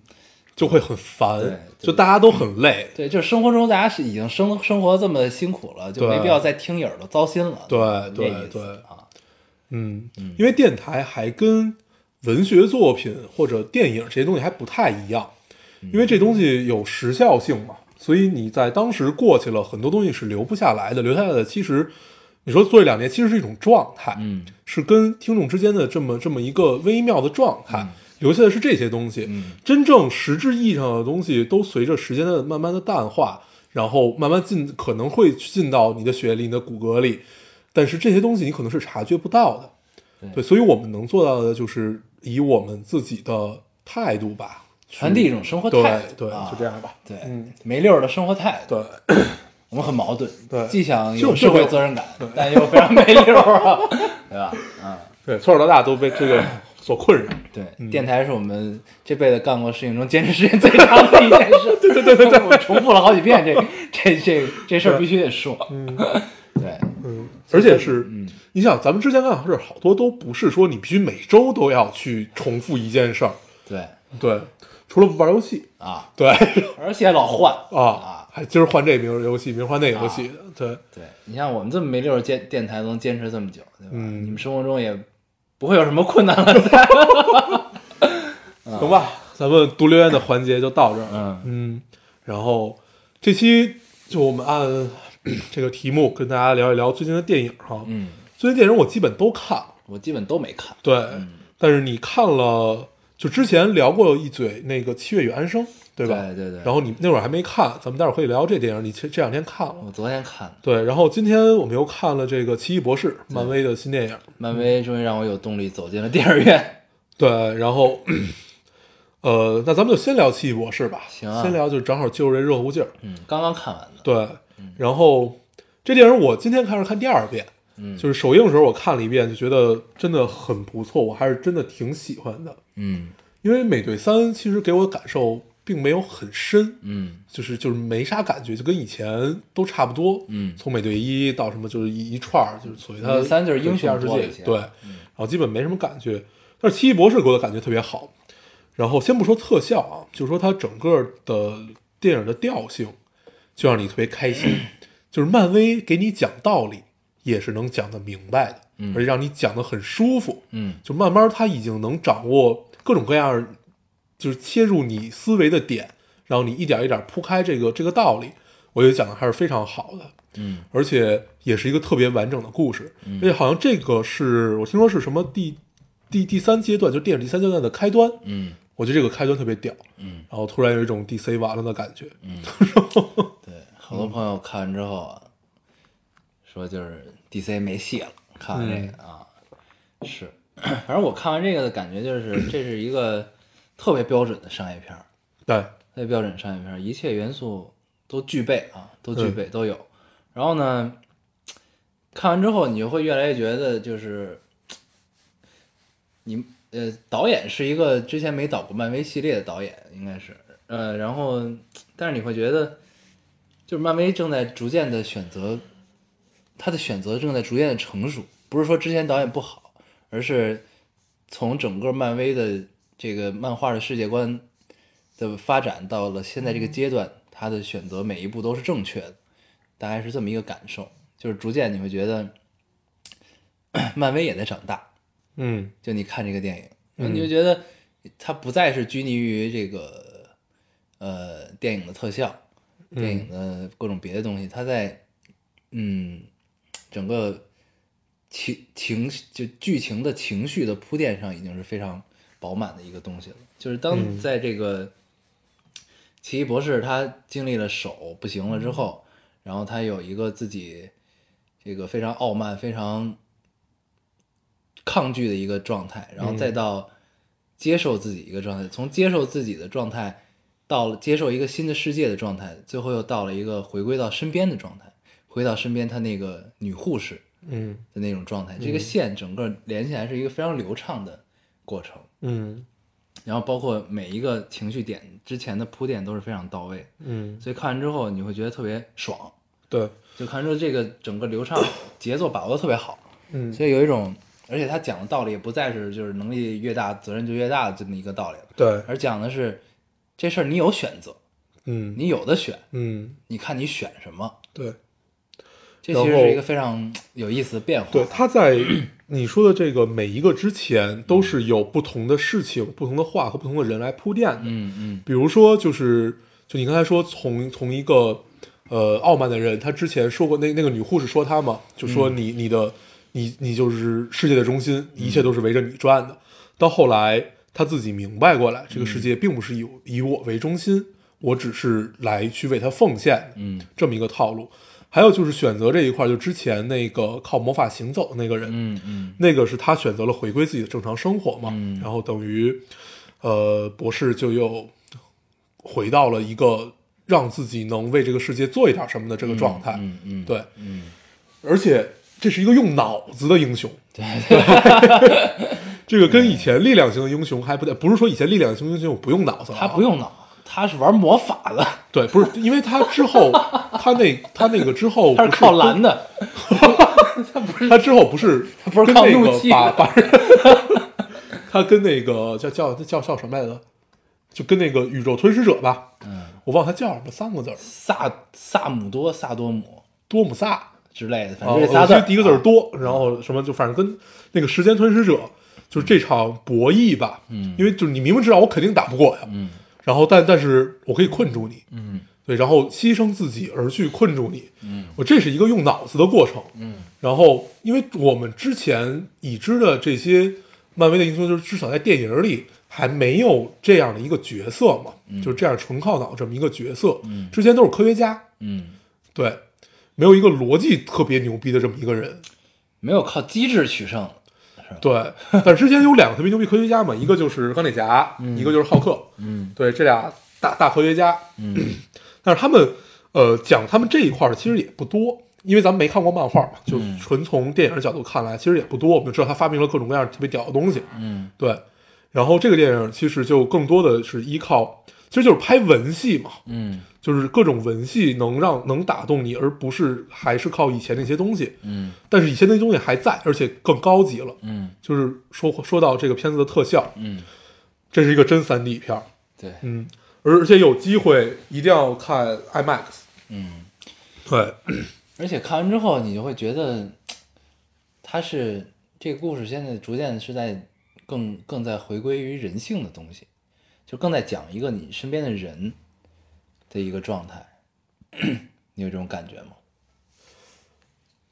Speaker 1: 就会
Speaker 2: 对
Speaker 1: 很烦，
Speaker 2: 对
Speaker 1: 就大家都很累。
Speaker 2: 对，就是生活中大家是已经生生活这么辛苦了，就没
Speaker 1: 对
Speaker 2: 必要再听影儿了，糟心了。
Speaker 1: 对
Speaker 2: 吧
Speaker 1: 对
Speaker 2: 这意思
Speaker 1: 对
Speaker 2: 啊，
Speaker 1: 嗯，因为电台还跟文学作品或者电影这些东西还不太一样，
Speaker 2: 嗯
Speaker 1: 因为这东西有时效性嘛，所以你在当时过去了，很多东西是留不下来的，留下来的其实你说做这两年其实是一种状态，
Speaker 2: 嗯
Speaker 1: 是跟听众之间的这么这么一个微妙的状态。留下的是这些东西，
Speaker 2: 嗯
Speaker 1: 真正实质意义上的东西都随着时间的慢慢的淡化，然后慢慢进，可能会进到你的血里、你的骨骼里，但是这些东西你可能是察觉不到的。
Speaker 2: 对
Speaker 1: 对，所以我们能做到的就是以我们自己的态度吧，
Speaker 2: 传递一种生活
Speaker 1: 对
Speaker 2: 态度，
Speaker 1: 对，
Speaker 2: 啊
Speaker 1: 就这样吧。
Speaker 2: 对，
Speaker 1: 嗯
Speaker 2: 没溜儿的生活态度，
Speaker 1: 对，
Speaker 2: 我们很矛盾，
Speaker 1: 对
Speaker 2: 既想有
Speaker 1: 就
Speaker 2: 社会
Speaker 1: 就
Speaker 2: 责任感，但又非常没溜儿 啊，对吧？嗯，
Speaker 1: 对，从小到大都被这个所困扰。
Speaker 2: 对，电台是我们这辈子干过事情中坚持时间最长的一件 事，对对对对对，我重复了好几遍，这这这这事儿必须得说，对，
Speaker 1: 嗯，而且是，你想，咱们之前干的事儿好多都不是说你必须每周都要去重复一件事儿，
Speaker 2: 对
Speaker 1: 对，除了玩游戏，
Speaker 2: 啊，
Speaker 1: 嗯对
Speaker 2: 而且老换
Speaker 1: 啊，还今儿换这名儿游戏，明儿换那游戏，
Speaker 2: 啊
Speaker 1: 对
Speaker 2: 对你像我们这么没溜儿坚电台能坚持这么久，对吧？
Speaker 1: 嗯
Speaker 2: 你们生活中也不会有什么困难了， 再
Speaker 1: 行吧，咱们读留言的环节就到这儿。
Speaker 2: 嗯
Speaker 1: 然后这期就我们按 这个题目跟大家聊一聊最近的电影哈。
Speaker 2: 嗯，
Speaker 1: 最近电影我基本都看了，
Speaker 2: 我基本都没看，
Speaker 1: 对。
Speaker 2: 嗯
Speaker 1: 但是你看了，就之前聊过一嘴那个《七月与安生》，对吧？
Speaker 2: 对对对
Speaker 1: 然后你那会儿还没看，咱们待会儿可以聊这电影。你这这两天看了，
Speaker 2: 我昨天看的。
Speaker 1: 对。然后今天我们又看了这个《奇异博士》，漫威的新电影。
Speaker 2: 漫威终于让我有动力走进了电影 院。
Speaker 1: 对，然后，呃，那咱们就先聊奇异博士吧。
Speaker 2: 行啊
Speaker 1: 先聊就是正好就是这热乎劲儿。
Speaker 2: 嗯，刚刚看完的。
Speaker 1: 对，然后这电影我今天开始看第二遍，
Speaker 2: 嗯
Speaker 1: 就是首映的时候我看了一遍，就觉得真的很不错，我还是真的挺喜欢的。
Speaker 2: 嗯
Speaker 1: 因为美队三其实给我感受并没有很深，
Speaker 2: 嗯
Speaker 1: 就是就是没啥感觉，就跟以前都差不多。
Speaker 2: 嗯
Speaker 1: 从美队一到什么就是一一串儿，就是所谓
Speaker 2: 美
Speaker 1: 它
Speaker 2: 队三就是英雄
Speaker 1: 第二世
Speaker 2: 多了
Speaker 1: 界
Speaker 2: 一些，嗯
Speaker 1: 对，然后基本没什么感觉。但是奇异博士给我的感觉特别好。然后先不说特效啊，就说它整个的电影的调性，就让你特别 开心。就是漫威给你讲道理，也是能讲得明白的，而且让你讲得很舒服。
Speaker 2: 嗯
Speaker 1: 就慢慢他已经能掌握各种各样儿，就是切入你思维的点，然后你一点一点铺开这个这个道理，我觉得讲的还是非常好的，
Speaker 2: 嗯，
Speaker 1: 而且也是一个特别完整的故事，而且好像这个是我听说是什么第第第三阶段，就电影第三阶段的开端，
Speaker 2: 嗯，
Speaker 1: 我觉得这个开端特别屌，
Speaker 2: 嗯，
Speaker 1: 然后突然有一种 DC 完了的感觉，
Speaker 2: 对，好
Speaker 1: 嗯
Speaker 2: 多朋友看完之后啊说就是 DC 没戏了，看完这
Speaker 1: 嗯
Speaker 2: 个啊，是， 反正我看完这个的感觉就是，这是一个特别标准的商业片儿，
Speaker 1: 对，
Speaker 2: 特别标准商业片儿，一切元素都具备啊，都具备都有。然后呢，看完之后你就会越来越觉得就是你呃，导演是一个之前没导过漫威系列的导演，应该是呃，然后但是你会觉得，就是漫威正在逐渐的选择，他的选择正在逐渐的成熟，不是说之前导演不好，而是从整个漫威的这个漫画的世界观的发展到了现在这个阶段，他的选择每一步都是正确的，大概是这么一个感受，就是逐渐你会觉得，漫威也在长大，
Speaker 1: 嗯
Speaker 2: 就你看这个电影，然后你就觉得它不再是拘泥于这个呃电影的特效、电
Speaker 1: 嗯
Speaker 2: 影的各种别的东西，它在嗯整个情情就剧情的情绪的铺垫上已经是非常饱满的一个东西了。就是当在这个奇异博士他经历了手不行了之后，然后他有一个自己这个非常傲慢、非常抗拒的一个状态，然后再到接受自己一个状态，从接受自己的状态到了接受一个新的世界的状态，最后又到了一个回归到身边的状态，回到身边他那个女护士，
Speaker 1: 嗯
Speaker 2: 的那种状态。这个线整个连起来是一个非常流畅的过程，
Speaker 1: 嗯
Speaker 2: 然后包括每一个情绪点之前的铺垫都是非常到位，
Speaker 1: 嗯，
Speaker 2: 所以看完之后你会觉得特别爽，
Speaker 1: 对，
Speaker 2: 就看完之后这个整个流畅节奏把握的特别好，
Speaker 1: 嗯
Speaker 2: 所以有一种，而且他讲的道理也不再是就是能力越大责任就越大的这么一个道理了，
Speaker 1: 对，
Speaker 2: 而讲的是这事儿你有选择，
Speaker 1: 嗯
Speaker 2: 你有的选，
Speaker 1: 嗯
Speaker 2: 你看你选什么。
Speaker 1: 对
Speaker 2: 这
Speaker 1: 然
Speaker 2: 其
Speaker 1: 后
Speaker 2: 实是一个非常有意思的变化。
Speaker 1: 对，他在你说的这个每一个之前都是有不同的事情、不同的话和不同的人来铺垫的，
Speaker 2: 嗯嗯
Speaker 1: 比如说，就是就你刚才说从从一个呃傲慢的人，他之前说过那那个女护士说他嘛，就说
Speaker 2: 嗯
Speaker 1: 你、你的你你就是世界的中心，一切都是围着你转的。到后来他自己明白过来，这个
Speaker 2: 嗯
Speaker 1: 世界并不是以我以我为中心，我只是来去为他奉献的
Speaker 2: 嗯
Speaker 1: 这么一个套路。还有就是选择这一块，就之前那个靠魔法行走的那个人，
Speaker 2: 嗯嗯
Speaker 1: 那个是他选择了回归自己的正常生活嘛，然后等于，呃，博士就又回到了一个让自己能为这个世界做一点什么的这个状态，
Speaker 2: 嗯嗯，
Speaker 1: 对，而且这是一个用脑子的 英雄，对， 这个跟以前力量型的英雄还不太，不是说以前力量型英雄不用脑子了啊，
Speaker 2: 他不用脑，他是玩魔法 的，
Speaker 1: 对，不是因为他之后他那他那个之后
Speaker 2: 他是
Speaker 1: 不
Speaker 2: 靠蓝的。
Speaker 1: 他之后不是
Speaker 2: 他不是
Speaker 1: 跟
Speaker 2: 靠
Speaker 1: 那
Speaker 2: 怒
Speaker 1: 个
Speaker 2: 气
Speaker 1: 把
Speaker 2: 的
Speaker 1: 把，他跟那个叫叫叫叫什么来着？就跟那个宇宙吞噬者吧，
Speaker 2: 嗯，
Speaker 1: 我忘了他叫什么，三个字儿，
Speaker 2: 萨萨姆多、萨多姆
Speaker 1: 多姆萨。
Speaker 2: 之类的，反
Speaker 1: 啊，
Speaker 2: 正
Speaker 1: 我
Speaker 2: 这仨字
Speaker 1: 记
Speaker 2: 儿、
Speaker 1: 得第一个字儿多，然后什么就反正跟那个时间吞噬者就是这场博弈吧，嗯，因为就是你明明知道我肯定打不过呀，
Speaker 2: 嗯，
Speaker 1: 然后但但是我可以困住你，
Speaker 2: 嗯，
Speaker 1: 对，然后牺牲自己而去困住你，嗯，我这是一个用脑子的过程，嗯，然后因为我们之前已知的这些漫威的英雄，就是至少在电影里还没有这样的一个角色嘛，
Speaker 2: 嗯
Speaker 1: 就是这样纯靠脑这么一个角色，嗯，之前都是科学家，
Speaker 2: 嗯，
Speaker 1: 对，没有一个逻辑特别牛逼的这么一个人。
Speaker 2: 没有靠机智取胜的。
Speaker 1: 对，但是之前有两个特别牛逼科学家嘛，一个就是钢铁侠，一个就是浩克。
Speaker 2: 嗯
Speaker 1: 对，这俩大大科学家。嗯，但是他们呃讲他们这一块儿的其实也不多，因为咱们没看过漫画嘛，就
Speaker 2: 嗯
Speaker 1: 纯从电影的角度看来，其实也不多。我们就知道他发明了各种各样特别屌的东西。
Speaker 2: 嗯
Speaker 1: 对，然后这个电影其实就更多的是依靠，其实就是拍文戏嘛。
Speaker 2: 嗯
Speaker 1: 就是各种文戏能让能打动你，而不是还是靠以前那些东西。
Speaker 2: 嗯
Speaker 1: 但是以前那些东西还在，而且更高级了。
Speaker 2: 嗯
Speaker 1: 就是说说到这个片子的特效，
Speaker 2: 嗯，
Speaker 1: 这是一个真3 D 片儿，
Speaker 2: 对，
Speaker 1: 嗯，而而且有机会一定要看 IMAX，
Speaker 2: 嗯，
Speaker 1: 对，
Speaker 2: 而且看完之后你就会觉得，他是这个故事现在逐渐是在更更在回归于人性的东西，就更在讲一个你身边的人的一个状态， 你有这种感觉吗？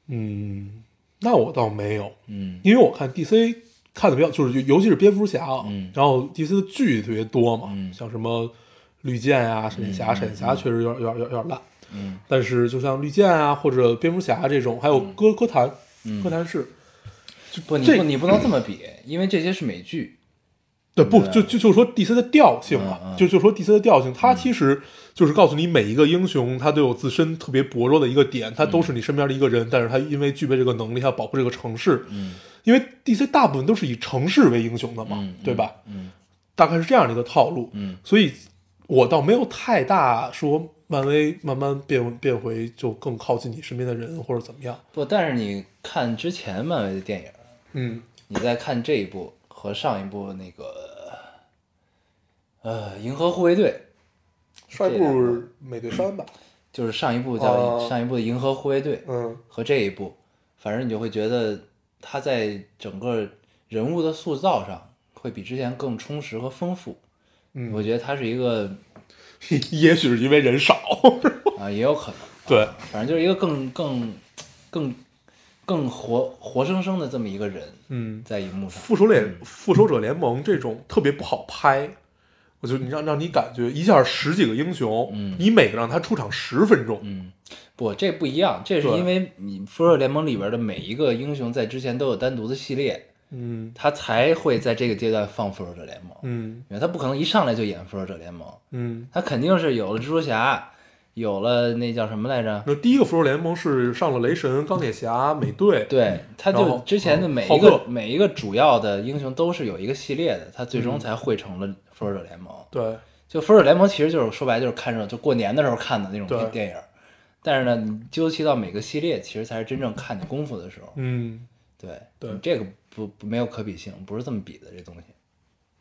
Speaker 1: 嗯，那我倒没有，
Speaker 2: 嗯
Speaker 1: 因为我看 DC 看的比较，就是尤尤其是蝙蝠侠啊，
Speaker 2: 嗯
Speaker 1: 然后 DC 的剧特别多嘛，
Speaker 2: 嗯
Speaker 1: 像什么绿箭啊、闪侠，闪侠确实有点有点有点有点烂，
Speaker 2: 嗯
Speaker 1: 但是就像绿箭啊或者蝙蝠侠这种，还有哥哥谭，
Speaker 2: 嗯
Speaker 1: 哥谭市，
Speaker 2: 不，你
Speaker 1: 这
Speaker 2: 不你不能这么比，因为这些是美剧。
Speaker 1: 对，不
Speaker 2: 对
Speaker 1: 就就就说 DC 的调性嘛，
Speaker 2: 嗯嗯嗯
Speaker 1: 就就说 DC 的调性，它其实就是告诉你每一个英雄他都有自身特别薄弱的一个点，他
Speaker 2: 嗯
Speaker 1: 都是你身边的一个人，但是他因为具备这个能力，他要保护这个城市，
Speaker 2: 嗯
Speaker 1: 因为 DC 大部分都是以城市为英雄的嘛，
Speaker 2: 嗯
Speaker 1: 对吧？
Speaker 2: 嗯
Speaker 1: 大概是这样的一个套路，
Speaker 2: 嗯
Speaker 1: 所以我倒没有太大说漫威慢慢变变回就更靠近你身边的人或者怎么样，
Speaker 2: 不，但是你看之前漫威的电影，
Speaker 1: 嗯
Speaker 2: 你再看这一部和上一部那个，呃，《银河护卫队》，
Speaker 1: 帅
Speaker 2: 这两
Speaker 1: 布美队三吧，
Speaker 2: 就是上一部叫、
Speaker 1: 哦
Speaker 2: 上一部的《银河护卫队》
Speaker 1: 嗯
Speaker 2: 和这一部，反正你就会觉得他在整个人物的塑造上会比之前更充实和丰富。
Speaker 1: 嗯
Speaker 2: 我觉得他是一个
Speaker 1: 也许是因为人少，
Speaker 2: 啊、也有可能。
Speaker 1: 对。
Speaker 2: 反正就是一个更更更更活活生生的这么一个人
Speaker 1: 嗯，
Speaker 2: 在荧幕上。
Speaker 1: 复仇联复仇者联盟这种特别不好拍，我就你让让你感觉一下十几个英雄，
Speaker 2: 嗯
Speaker 1: 你每个让他出场十分钟，
Speaker 2: 嗯，不，这不一样，这是
Speaker 1: 对
Speaker 2: 因为你复仇者联盟里边的每一个英雄在之前都有单独的系列，
Speaker 1: 嗯
Speaker 2: 他才会在这个阶段放复仇者联盟，
Speaker 1: 嗯
Speaker 2: 因为他不可能一上来就演复仇者联盟，
Speaker 1: 嗯。
Speaker 2: 他肯定是有了蜘蛛侠，有了那叫什么来着？
Speaker 1: 那第一个复仇联盟是上了雷神、钢铁侠、美队，
Speaker 2: 对，他
Speaker 1: 嗯然
Speaker 2: 就
Speaker 1: 后嗯
Speaker 2: 之前的每一
Speaker 1: 浩
Speaker 2: 个
Speaker 1: 克
Speaker 2: 每一个主要的英雄都是有一个系列的，他最
Speaker 1: 嗯
Speaker 2: 终才汇成了复仇者联盟。
Speaker 1: 对
Speaker 2: 就《复仇者联盟》其实就是说白了就是看热闹，就过年的时候看的那种
Speaker 1: 对
Speaker 2: 电影儿。但是呢，你究其到每个系列，其实才是真正看你功夫的时候。
Speaker 1: 嗯，
Speaker 2: 对，
Speaker 1: 对
Speaker 2: 你这个不不没有可比性，不是这么比的这东西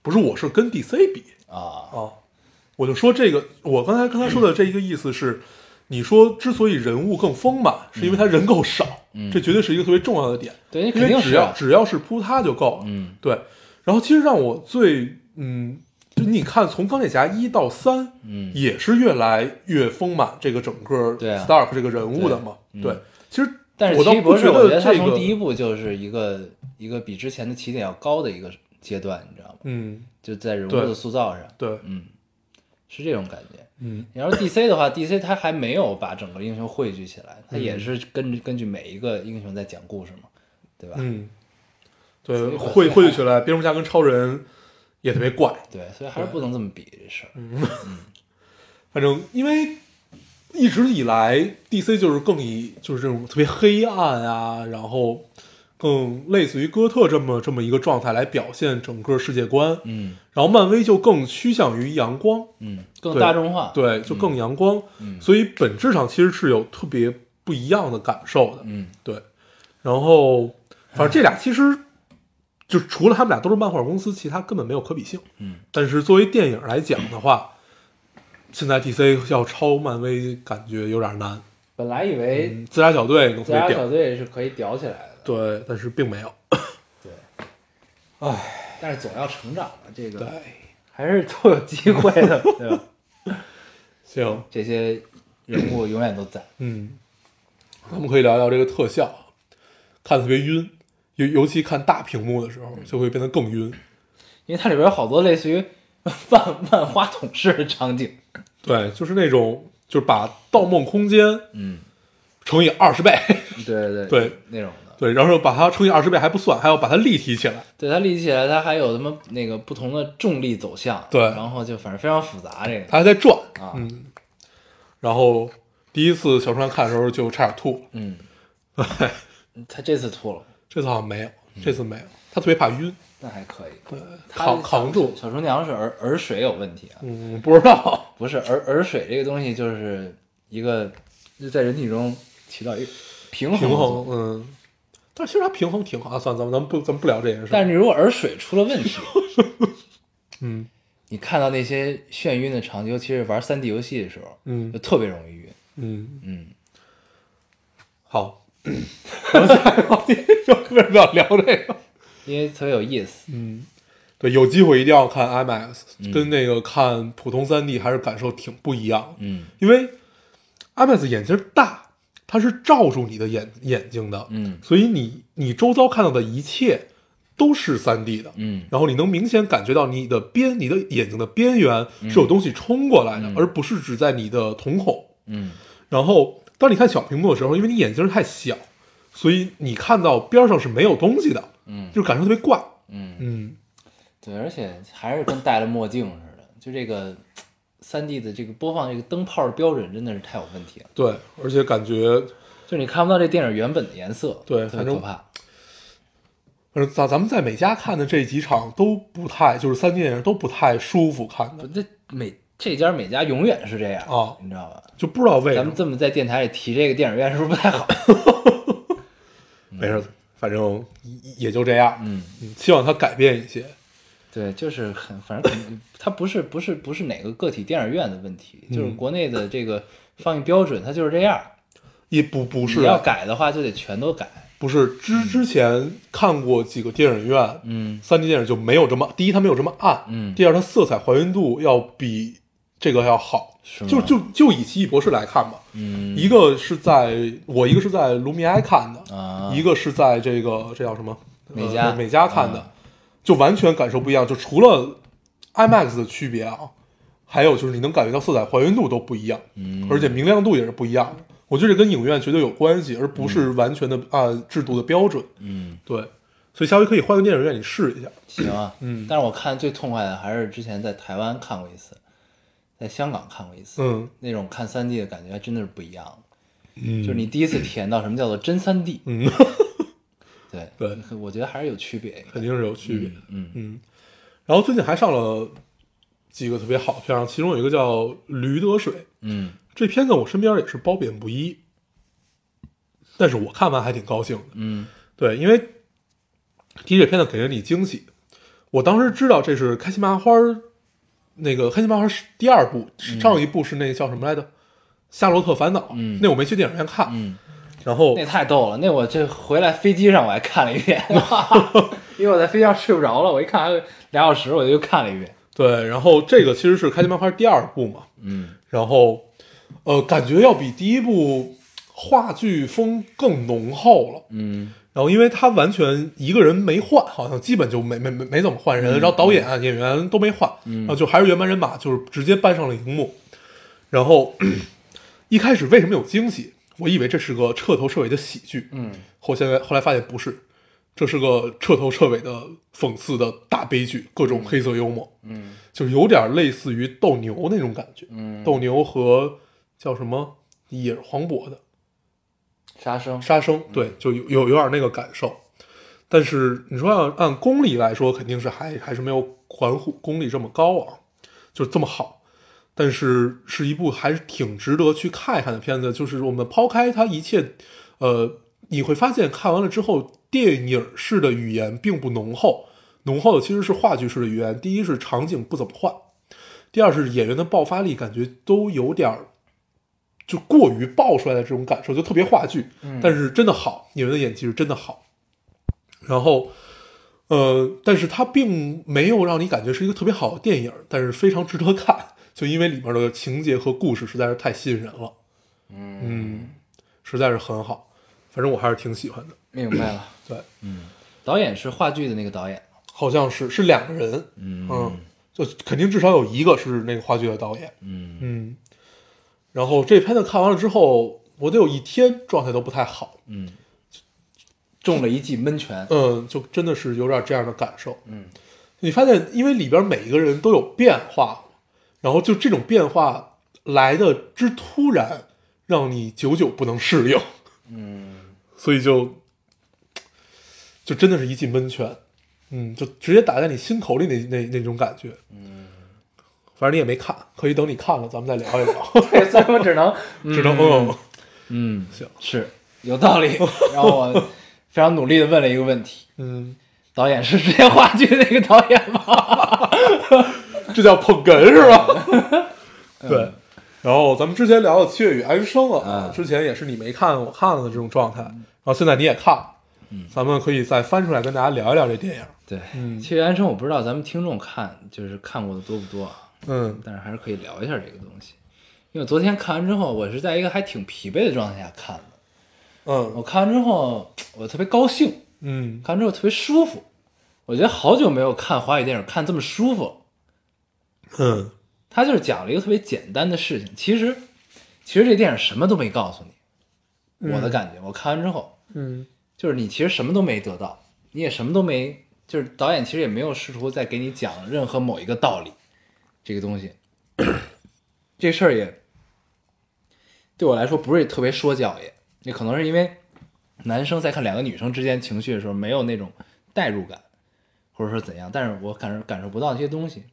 Speaker 1: 不是，我是跟 DC 比
Speaker 2: 啊。
Speaker 1: 啊，我就说这个，我刚才刚才说的这一个意思是，你说之所以人物更丰满，是因为他人够少，
Speaker 2: 嗯
Speaker 1: 这绝对是一个特别重要的点，
Speaker 2: 对，你
Speaker 1: 因
Speaker 2: 肯定
Speaker 1: 为只
Speaker 2: 是
Speaker 1: 要
Speaker 2: 啊，
Speaker 1: 只要是扑他就够了，
Speaker 2: 嗯
Speaker 1: 对。然后其实让我最嗯，就你看从钢铁侠一到三，
Speaker 2: 嗯，
Speaker 1: 也是越来越丰满这个整个
Speaker 2: 对啊
Speaker 1: Stark 这个人物的嘛，
Speaker 2: 对嗯
Speaker 1: 对，其实。
Speaker 2: 但是
Speaker 1: 我倒
Speaker 2: 奇异
Speaker 1: 不
Speaker 2: 博士，我觉得他
Speaker 1: 这
Speaker 2: 从
Speaker 1: 个，
Speaker 2: 第一部就是一个一个比之前的起点要高的一个阶段，你知道吗？
Speaker 1: 嗯，
Speaker 2: 就在人物
Speaker 1: 对
Speaker 2: 的塑造上，
Speaker 1: 对，
Speaker 2: 嗯，是这种感觉。
Speaker 1: 嗯，
Speaker 2: 你要是 DC 的话，DC 它还没有把整个英雄汇聚起来，它也
Speaker 1: 嗯
Speaker 2: 是根据根据每一个英雄在讲故事嘛，对吧？
Speaker 1: 嗯，
Speaker 2: 所以
Speaker 1: 对，
Speaker 2: 我
Speaker 1: 汇
Speaker 2: 还
Speaker 1: 汇聚起来，蝙蝠侠跟超人也特别怪。
Speaker 2: 对，所以还是不能这么比这事
Speaker 1: 嗯
Speaker 2: 儿。
Speaker 1: 反正因为一直以来，DC 就是更以就是这种特别黑暗啊，然后更类似于哥特这么这么一个状态来表现整个世界观。
Speaker 2: 嗯
Speaker 1: 然后漫威就更趋向于阳光，
Speaker 2: 嗯，更
Speaker 1: 对
Speaker 2: 大众化。，
Speaker 1: 对，就更阳光。
Speaker 2: 嗯
Speaker 1: 所以本质上其实是有特别不一样的感受的。
Speaker 2: 嗯，
Speaker 1: 对，然后反正这俩其实就除了他们俩都是漫画公司，其他根本没有可比性。
Speaker 2: 嗯，
Speaker 1: 但是作为电影来讲的话，现在 DC 要超漫威感觉有点难。
Speaker 2: 本来以为
Speaker 1: 嗯，自杀小队能特
Speaker 2: 自家
Speaker 1: 别
Speaker 2: 小
Speaker 1: 屌，
Speaker 2: 队是可以屌起来的，
Speaker 1: 对，但是并没有。
Speaker 2: 对，
Speaker 1: 唉，
Speaker 2: 但是总要成长的，这
Speaker 1: 对
Speaker 2: 个，还是都有机会的，对吧？
Speaker 1: 行，
Speaker 2: 这些人物永远都在。
Speaker 1: 嗯，咱们可以聊聊这个特效，看得特别晕，尤尤其看大屏幕的时
Speaker 2: 嗯
Speaker 1: 候就会变得更晕。
Speaker 2: 因为它里边有好多类似于万万花筒式的场景。
Speaker 1: 对，就是那种就是把《盗梦空间》
Speaker 2: 嗯，
Speaker 1: 乘以二十倍，
Speaker 2: 对对
Speaker 1: 对，
Speaker 2: 那种的。
Speaker 1: 对，然后把它乘以二十倍还不算，还要把它立体起来。
Speaker 2: 对它立起来，它还有什么那个不同的重力走向，
Speaker 1: 对
Speaker 2: 然后就反正非常复杂这个，
Speaker 1: 它还在转
Speaker 2: 啊
Speaker 1: 嗯。然后第一次小川看的时候就差点吐了，
Speaker 2: 嗯，它这次吐了，
Speaker 1: 这次好像没有，这次没有，他特别怕晕，
Speaker 2: 那还可以，它
Speaker 1: 扛扛住。
Speaker 2: 小厨娘是耳耳水有问题啊，
Speaker 1: 嗯，不知道，
Speaker 2: 不是耳耳水这个东西就是一个就在人体中起到一个平衡
Speaker 1: 平
Speaker 2: 作
Speaker 1: 衡
Speaker 2: 用，，
Speaker 1: 嗯，但是其实它平衡挺好啊。算了，咱们咱们不咱们不聊这件事儿。
Speaker 2: 但是如果耳水出了问题，
Speaker 1: 嗯
Speaker 2: 你看到那些眩晕的场景，尤其是玩三 D 游戏的时候，
Speaker 1: 嗯
Speaker 2: 就特别容易晕，
Speaker 1: 嗯，
Speaker 2: 嗯，
Speaker 1: 好，咱们下一个话题 为什么要聊这个？
Speaker 2: 因为特别有意思，
Speaker 1: 嗯，对，有机会一定要看 IMAX，、
Speaker 2: 嗯
Speaker 1: 跟那个看普通 3D 还是感受挺不一样的。
Speaker 2: 嗯
Speaker 1: 因为 IMAX 眼睛大，它是罩住你的眼眼睛的，
Speaker 2: 嗯
Speaker 1: 所以你你周遭看到的一切都是 3D 的。
Speaker 2: 嗯
Speaker 1: 然后你能明显感觉到你的边，你的眼睛的边缘是有东西冲过来的，而不是只在你的瞳孔。
Speaker 2: 嗯
Speaker 1: 然后当你看小屏幕的时候，因为你眼睛太小，所以你看到边上是没有东西的，
Speaker 2: 嗯
Speaker 1: 就是感受特别怪。
Speaker 2: 嗯。
Speaker 1: 嗯，
Speaker 2: 对，而且还是跟戴了墨镜似的，就这个三 D 的这个播放这个灯泡的标准真的是太有问题了，
Speaker 1: 对，而且感觉，
Speaker 2: 就是你看不到这电影原本的颜色，
Speaker 1: 对
Speaker 2: 特
Speaker 1: 反
Speaker 2: 别
Speaker 1: 正
Speaker 2: 可怕。
Speaker 1: 反呃正咱咱们在美加看的这几场都不太，就是三 D 电影都不太舒服看
Speaker 2: 不
Speaker 1: 的，
Speaker 2: 这每这家每家永远是这样
Speaker 1: 哦
Speaker 2: 你知道吧？
Speaker 1: 就不知道为什
Speaker 2: 咱
Speaker 1: 么
Speaker 2: 们。这么在电台里提这个电影院是不是不太好？
Speaker 1: 没事，反正也也就这样。
Speaker 2: 嗯，
Speaker 1: 嗯，希望它改变一些。
Speaker 2: 对，就是很，反正肯定它不是不是不是哪个个体电影院的问题，就是
Speaker 1: 嗯
Speaker 2: 国内的这个放映标准它就是这样，
Speaker 1: 也不不是啊
Speaker 2: 你要改的话就得全都改。
Speaker 1: 不是之之前看过几个电影院，
Speaker 2: 嗯
Speaker 1: 三 D 电影就没有这么第一，它没有这么暗，
Speaker 2: 嗯
Speaker 1: 第二它色彩还原度要比这个要好
Speaker 2: 是，吗
Speaker 1: 就就就以《奇异博士》来看嘛，
Speaker 2: 嗯
Speaker 1: 一个是在我一个是在卢米埃看的，
Speaker 2: 啊，
Speaker 1: 一个是在这个这叫什么呃
Speaker 2: 美嘉
Speaker 1: 美嘉看的，
Speaker 2: 啊
Speaker 1: 就完全感受不一样。就除了 IMAX 的区别啊，还有就是你能感觉到色彩还原度都不一样，
Speaker 2: 嗯
Speaker 1: 而且明亮度也是不一样的。我觉得这跟影院绝对有关系，而不是完全的按、制度的标准。
Speaker 2: 嗯
Speaker 1: 对，所以下回可以换个电影院，你试一下。
Speaker 2: 行啊，
Speaker 1: 嗯
Speaker 2: 但是我看最痛快的还是之前在台湾看过一次，在香港看过一次，
Speaker 1: 嗯
Speaker 2: 那种看三 D 的感觉还真的是不一样，
Speaker 1: 嗯
Speaker 2: 就是你第一次体验到什么叫做真三 D，
Speaker 1: 嗯，
Speaker 2: 对
Speaker 1: 对，
Speaker 2: 我觉得还是有区别，
Speaker 1: 肯定是有区别的。
Speaker 2: 嗯
Speaker 1: 嗯，然后最近还上了几个特别好的片儿，其中有一个叫《驴得水》，
Speaker 2: 嗯
Speaker 1: 这片子我身边也是褒贬不一，但是我看完还挺高兴的。
Speaker 2: 嗯
Speaker 1: 对，因为第一这片子给人你惊喜，我当时知道这是开心麻花儿那个开心麻花儿是第二部，上一部是那个叫什么来着，《夏洛特烦恼》。
Speaker 2: 嗯
Speaker 1: 那我没去电影院看，
Speaker 2: 嗯，
Speaker 1: 然后
Speaker 2: 那太逗了，那我这回来飞机上我还看了一 遍，因为我在飞机上睡不着了，我一看还有俩小时，我就又看了一遍，
Speaker 1: 对，然后这个其实是开心麻花儿第二部嘛，
Speaker 2: 嗯
Speaker 1: 然后呃，感觉要比第一部话剧风更浓厚了。
Speaker 2: 嗯
Speaker 1: 然后因为他完全一个人没换，好像基本就没没没没怎么换
Speaker 2: 嗯
Speaker 1: 人，然后导演、啊演员都没换，然后就还是原班人马，就是直接搬上了荧幕。然后 一开始为什么有惊喜？我以为这是个彻头彻尾的喜剧，
Speaker 2: 嗯，
Speaker 1: 后现在后来发现不是，这是个彻头彻尾的讽刺的大悲剧，各种黑色幽默，
Speaker 2: 嗯
Speaker 1: 就是有点类似于斗牛那种感觉。
Speaker 2: 嗯，
Speaker 1: 斗牛和叫什么也是黄渤的，
Speaker 2: 杀生，
Speaker 1: 杀生，对，就有有有点那个感受。但是你说要按功力来说，肯定是还还是没有《还虎》功力这么高啊，就这么好。但是是一部还是挺值得去看一看的片子。就是我们抛开它一切，呃，你会发现看完了之后，电影式的语言并不浓厚，浓厚的其实是话剧式的语言。第一是场景不怎么换，第二是演员的爆发力，感觉都有点儿就过于爆出来的这种感受，就特别话剧。但是真的好，演员的演技是真的好。然后，呃，但是它并没有让你感觉是一个特别好的电影，但是非常值得看，就因为里面的情节和故事实在是太吸引人了。嗯，实在是很好，反正我还是挺喜欢的。
Speaker 2: 明白了，
Speaker 1: 对，
Speaker 2: 导演是话剧的那个导演，
Speaker 1: 好像是是两个人，
Speaker 2: 嗯
Speaker 1: 就肯定至少有一个是那个话剧的导演，
Speaker 2: 嗯
Speaker 1: 嗯。然后这片子看完了之后，我得有一天状态都不太好，
Speaker 2: 嗯，中了一记闷 拳，
Speaker 1: 嗯，就真的是有点这样的感受。
Speaker 2: 嗯，
Speaker 1: 你发现，因为里边每一个人都有变化，然后就这种变化来的之突然，让你久久不能适应，
Speaker 2: 嗯
Speaker 1: 所以就就真的是一记闷拳，嗯，就直接打在你心口里那那那种感觉。嗯，反正你也没看，可以等你看了咱们再聊一聊，
Speaker 2: 对，所以我只 能，
Speaker 1: 只能嗯
Speaker 2: 嗯，
Speaker 1: 行
Speaker 2: 是有道 理。然后我非常努力的问了一个问题：
Speaker 1: 嗯，
Speaker 2: 导演是之前话剧那个导演吗？
Speaker 1: 这叫捧哏是吧？对。然后咱们之前聊了《七月与安生》啊，
Speaker 2: 嗯
Speaker 1: 之前也是你没看我看了的这种状态，然后现在你也看了，
Speaker 2: 嗯
Speaker 1: 咱们可以再翻出来跟大家聊一聊这电影。
Speaker 2: 对，
Speaker 1: 嗯
Speaker 2: 其实安生我不知道咱们听众看就是看过的多不多啊，
Speaker 1: 嗯
Speaker 2: 但是还是可以聊一下这个东西。因为我昨天看完之后，我是在一个还挺疲惫的状态下看的。
Speaker 1: 嗯
Speaker 2: 我看完之后，我特别高兴，
Speaker 1: 嗯，
Speaker 2: 看完之后特别舒服。我觉得好久没有看华语电影看这么舒服了。
Speaker 1: 嗯
Speaker 2: 他就是讲了一个特别简单的事情。其实，其实这电影什么都没告诉你。我的感觉，我看完之后，
Speaker 1: 嗯
Speaker 2: 就是你其实什么都没得到，你也什么都没，就是导演其实也没有试图再给你讲任何某一个道理，这个东西，这事儿也对我来说不是特别说教也，也可能是因为男生在看两个女生之间情绪的时候没有那种代入感，或者说怎样，但是我感受感受不到这些东西，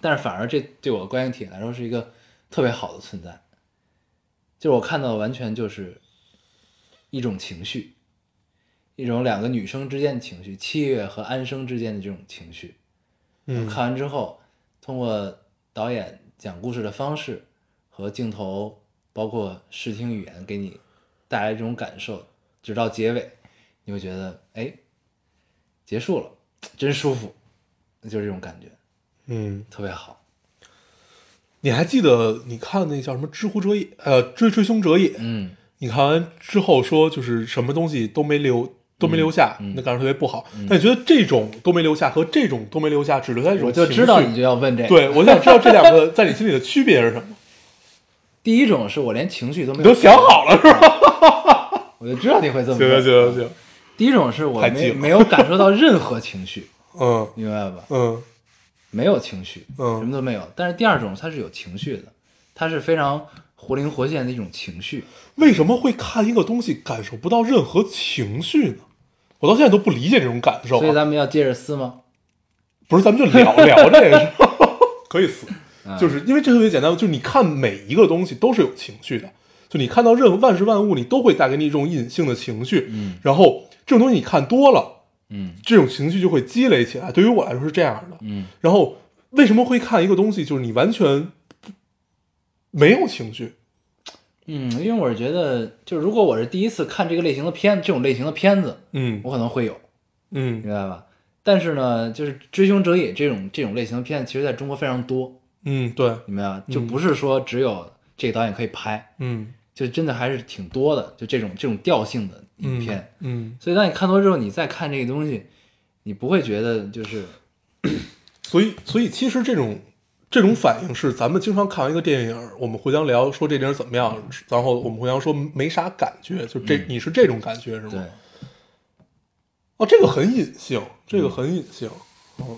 Speaker 2: 但是反而这对我的观影体验来说是一个特别好的存在，就是我看到的完全就是一种情绪，一种两个女生之间的情绪，七月和安生之间的这种情绪。
Speaker 1: 嗯
Speaker 2: 看完之后，通过导演讲故事的方式和镜头，包括视听语言，给你带来这种感受，直到结尾，你会觉得哎，结束了，真舒服，就是这种感觉，
Speaker 1: 嗯，
Speaker 2: 特别好。
Speaker 1: 你还记得你看那叫什么《知乎者也》呃，《追追凶者也》
Speaker 2: 嗯，
Speaker 1: 你看完之后说就是什么东西都没留都没留下，
Speaker 2: 嗯
Speaker 1: 那感受特别不好。那你觉得这种都没留下和这种都没留下只留下一种
Speaker 2: 我就
Speaker 1: 情
Speaker 2: 知道
Speaker 1: 绪
Speaker 2: 你就要问这个。，
Speaker 1: 对我就想知道这两个在你心里的区别是什么？
Speaker 2: 第一种是我连情绪都没
Speaker 1: 你
Speaker 2: 有，
Speaker 1: 都想好了是吧？
Speaker 2: 我就知道你会这么
Speaker 1: 行行
Speaker 2: 问。
Speaker 1: 行行，
Speaker 2: 第一种是我
Speaker 1: 太
Speaker 2: 没
Speaker 1: 近了
Speaker 2: 没有感受到任何情绪，
Speaker 1: 嗯
Speaker 2: 明白吧？
Speaker 1: 嗯
Speaker 2: 没有情绪，
Speaker 1: 嗯
Speaker 2: 什么都没有。但是第二种它是有情绪的，它是非常活灵活现的一种情绪。
Speaker 1: 为什么会看一个东西感受不到任何情绪呢？我到现在都不理解这种感受、
Speaker 2: 所以
Speaker 1: 啊。
Speaker 2: 咱们要接着撕吗？
Speaker 1: 不是，咱们就聊聊这 个，是吧可以撕，
Speaker 2: 嗯
Speaker 1: 就是因为这特别简单，就是你看每一个东西都是有情绪的，就你看到任何万事万物，你都会带给你一种隐性的情绪，
Speaker 2: 嗯
Speaker 1: 然后这种东西你看多了，
Speaker 2: 嗯
Speaker 1: 这种情绪就会积累起来。对于我来说是这样的，
Speaker 2: 嗯
Speaker 1: 然后为什么会看一个东西，就是你完全不没有情绪，
Speaker 2: 嗯，因为我是觉得，就是如果我是第一次看这个类型的片，这种类型的片子，
Speaker 1: 嗯
Speaker 2: 我可能会有，
Speaker 1: 嗯
Speaker 2: 明白吧？但是呢，就是《追凶者也》这种这种类型的片，其实在中国非常多，
Speaker 1: 嗯，对，
Speaker 2: 明白吧？就不是说只有这个导演可以拍，
Speaker 1: 嗯
Speaker 2: 就真的还是挺多的，就这种这种调性的影
Speaker 1: 嗯
Speaker 2: 片。
Speaker 1: 嗯，
Speaker 2: 所以当你看多之后，你再看这个东西，你不会觉得就是
Speaker 1: 所以所以其实这种。这种反应是咱们经常看完一个电影，我们互相聊说这电影怎么样，然后我们互相说没啥感觉，就这、你是这种感觉是
Speaker 2: 嗯
Speaker 1: 吗？
Speaker 2: 对，
Speaker 1: 哦，这个很隐性，这
Speaker 2: 嗯
Speaker 1: 个很隐性。哦，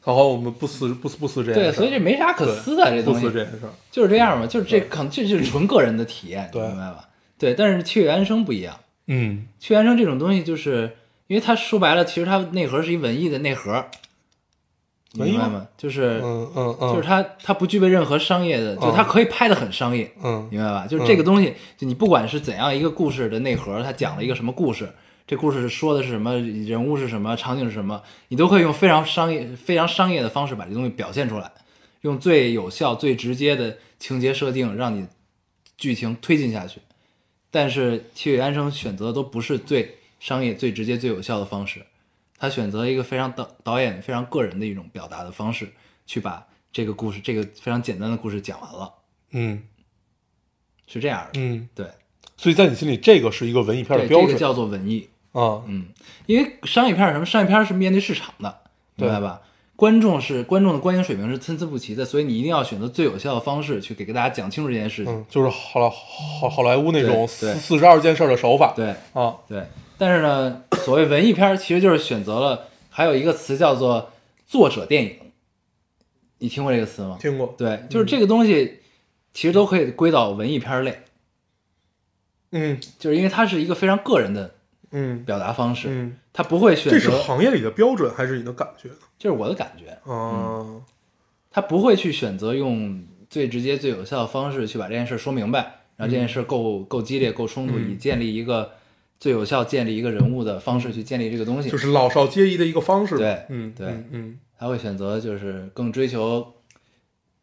Speaker 1: 好好，我们不撕不撕不撕这件事
Speaker 2: 对，
Speaker 1: 儿
Speaker 2: 所以这没啥可
Speaker 1: 对
Speaker 2: 撕的，这
Speaker 1: 不
Speaker 2: 东
Speaker 1: 撕
Speaker 2: 西
Speaker 1: 这件事儿。
Speaker 2: 就是这样嘛，就是这可能这就是纯个人的体验，你
Speaker 1: 对
Speaker 2: 明白吧？对，但是《七月安生》不一样，
Speaker 1: 嗯
Speaker 2: 《七月安生》这种东西，就是因为它说白了，其实它内核是一文艺的内核，你
Speaker 1: 文艺
Speaker 2: 明白
Speaker 1: 吗
Speaker 2: 吗？就是、
Speaker 1: 嗯嗯嗯，
Speaker 2: 就是它它不具备任何商业的，就它可以拍的很商业，
Speaker 1: 嗯
Speaker 2: 明白吧？就是这个东西，就你不管是怎样一个故事的内核，它讲了一个什么故事，这故事说的是什么，人物是什么，场景是什么，你都可以用非常商业、非常商业的方式把这东西表现出来，用最有效、最直接的情节设定让你剧情推进下去。但是《七月与安生》选择的都不是最商业、最直接、最有效的方式，他选择一个非常导导演非常个人的一种表达的方式，去把这个故事这个非常简单的故事讲完了，
Speaker 1: 嗯
Speaker 2: 是这样的。
Speaker 1: 嗯，
Speaker 2: 对，
Speaker 1: 所以在你心里，这个是一个文艺片的
Speaker 2: 对，
Speaker 1: 标
Speaker 2: 这
Speaker 1: 准
Speaker 2: 个叫做文艺。
Speaker 1: 啊。
Speaker 2: 嗯，因为商业片是什么？商业片是面对市场的，
Speaker 1: 对
Speaker 2: 明白吧？观众是观众的观影水平是参差不齐的，所以你一定要选择最有效的方式去给大家讲清楚这件事情。
Speaker 1: 嗯，就是好莱好好莱坞那种
Speaker 2: 对
Speaker 1: 四
Speaker 2: 对
Speaker 1: 四十二件事儿的手法。
Speaker 2: 对
Speaker 1: 啊，
Speaker 2: 对，但是呢，所谓文艺片其实就是选择了，还有一个词叫做作者电影，你听过这个词吗？
Speaker 1: 听过。
Speaker 2: 对，就是这个东西其实都可以归到文艺片类，
Speaker 1: 嗯
Speaker 2: 就是因为它是一个非常个人的
Speaker 1: 嗯
Speaker 2: 表达方式，
Speaker 1: 嗯，
Speaker 2: 它不会选择，
Speaker 1: 这是行业里的标准还是你的感觉呢？
Speaker 2: 这是我的感觉，嗯
Speaker 1: 啊，
Speaker 2: 他不会去选择用最直接、最有效的方式去把这件事说明白，然
Speaker 1: 嗯
Speaker 2: 后这件事够够激烈、够冲突，以建立一个最有效建立一个人物的方式去建立这个东西。
Speaker 1: 就是老少皆宜的一个方式。
Speaker 2: 对
Speaker 1: 嗯，
Speaker 2: 对
Speaker 1: 嗯嗯
Speaker 2: 他会选择就是更追求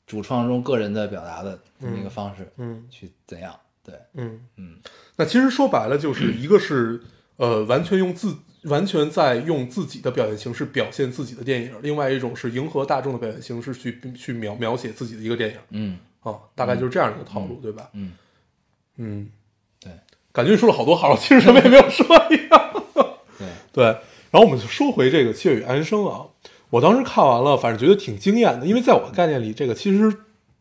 Speaker 2: 主创中个人的表达的这么一个方式
Speaker 1: 嗯
Speaker 2: 去怎样？对，
Speaker 1: 嗯
Speaker 2: 嗯，
Speaker 1: 那其实说白了，就是一个是呃，完全用自完全在用自己的表现形式表现自己的电影，另外一种是迎合大众的表现形式去去描描写自己的一个电影
Speaker 2: 嗯，
Speaker 1: 啊，大概就是这样一个套路，对吧？
Speaker 2: 嗯
Speaker 1: 嗯，
Speaker 2: 对
Speaker 1: 感觉你说了好多好，其实什么也没有说一样。
Speaker 2: 对，
Speaker 1: 对，然后我们就说回这个《七月与安生》啊，我当时看完了，反正觉得挺惊艳的，因为在我的概念里，这个其实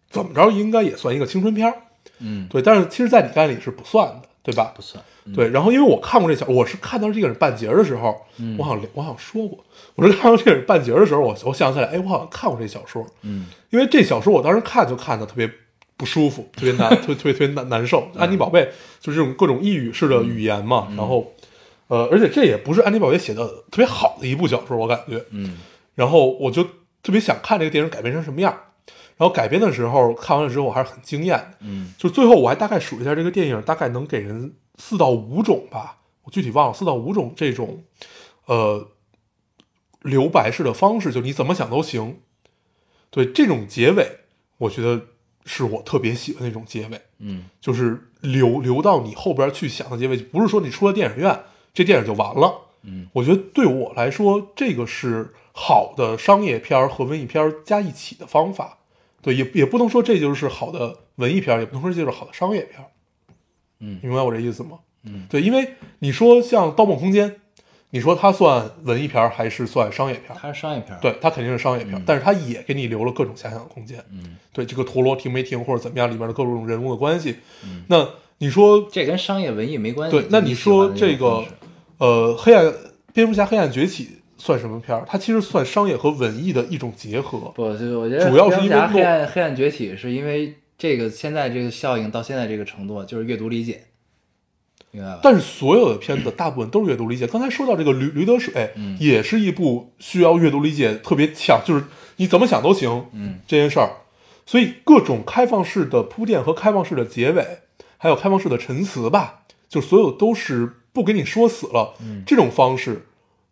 Speaker 1: 怎么着应该也算一个青春片儿，
Speaker 2: 嗯，
Speaker 1: 对，但是其实，在你概念里是不算的，对吧？
Speaker 2: 不算，嗯
Speaker 1: 对，然后因为我看过这小，我是看到这个人半截儿的时候，
Speaker 2: 嗯
Speaker 1: 我好像我好像说过，我是看到这个人半截儿的时候，我我想起来，哎，我好像看过这小说，
Speaker 2: 嗯，
Speaker 1: 因为这小说我当时看就看的特别不舒 服，特别难，特别特别特别难难受。
Speaker 2: 嗯
Speaker 1: 安妮宝贝就是这种各种抑语式的语言嘛，然后呃，而且这也不是安妮宝贝写的特别好的一部小说，我感觉，
Speaker 2: 嗯
Speaker 1: 然后我就特别想看这个电影改编成什么样。然后改编的时候，看完了之后我还是很惊艳的，
Speaker 2: 嗯
Speaker 1: 就最后我还大概数了一下这个电影，大概能给人四到五种吧，我具体忘了四到五种这种，呃，留白式的方式，就你怎么想都行。对这种结尾，我觉得是我特别喜欢的一种结尾，
Speaker 2: 嗯
Speaker 1: 就是留留到你后边去想的结尾，不是说你出了电影院这电影就完了。
Speaker 2: 嗯，
Speaker 1: 我觉得对我来说，这个是好的商业片儿和文艺片儿加一起的方法，对，也也不能说这就是好的文艺片儿，也不能说这就是好的商业片儿。
Speaker 2: 嗯
Speaker 1: 你明白我这意思吗？
Speaker 2: 嗯，
Speaker 1: 对，因为你说像《盗梦空间》，你说它算文艺片儿还是算商业片儿？
Speaker 2: 它是商业片儿，
Speaker 1: 对，它肯定是商业片儿，
Speaker 2: 嗯
Speaker 1: 但是它也给你留了各种遐想的空间。
Speaker 2: 嗯，
Speaker 1: 对，这个陀螺停没停或者怎么样，里面的各种人物的关系。那你说，
Speaker 2: 这跟商业文艺没关系。
Speaker 1: 对，那
Speaker 2: 你
Speaker 1: 你
Speaker 2: 喜欢
Speaker 1: 说
Speaker 2: 的
Speaker 1: 这
Speaker 2: 种
Speaker 1: 个
Speaker 2: 方式，
Speaker 1: 呃，黑暗蝙蝠侠黑暗崛起算什么片儿？它其实算商业和文艺的一种结合。
Speaker 2: 不，就是我觉得
Speaker 1: 主要是
Speaker 2: 蝙蝠侠
Speaker 1: 因为
Speaker 2: 黑
Speaker 1: 诺
Speaker 2: 暗黑暗崛起是因为这个现在这个效应到现在这个程度，就是阅读理解，明白吧？
Speaker 1: 但是所有的片子大部分都是阅读理解。刚才说到这个驴《驴得水》，也是一部需要阅读理解特别强，就是你怎么想都行，
Speaker 2: 嗯
Speaker 1: 这件事儿。所以各种开放式的铺垫和开放式的结尾，还有开放式的陈词吧，就所有都是不给你说死了。
Speaker 2: 嗯
Speaker 1: 这种方式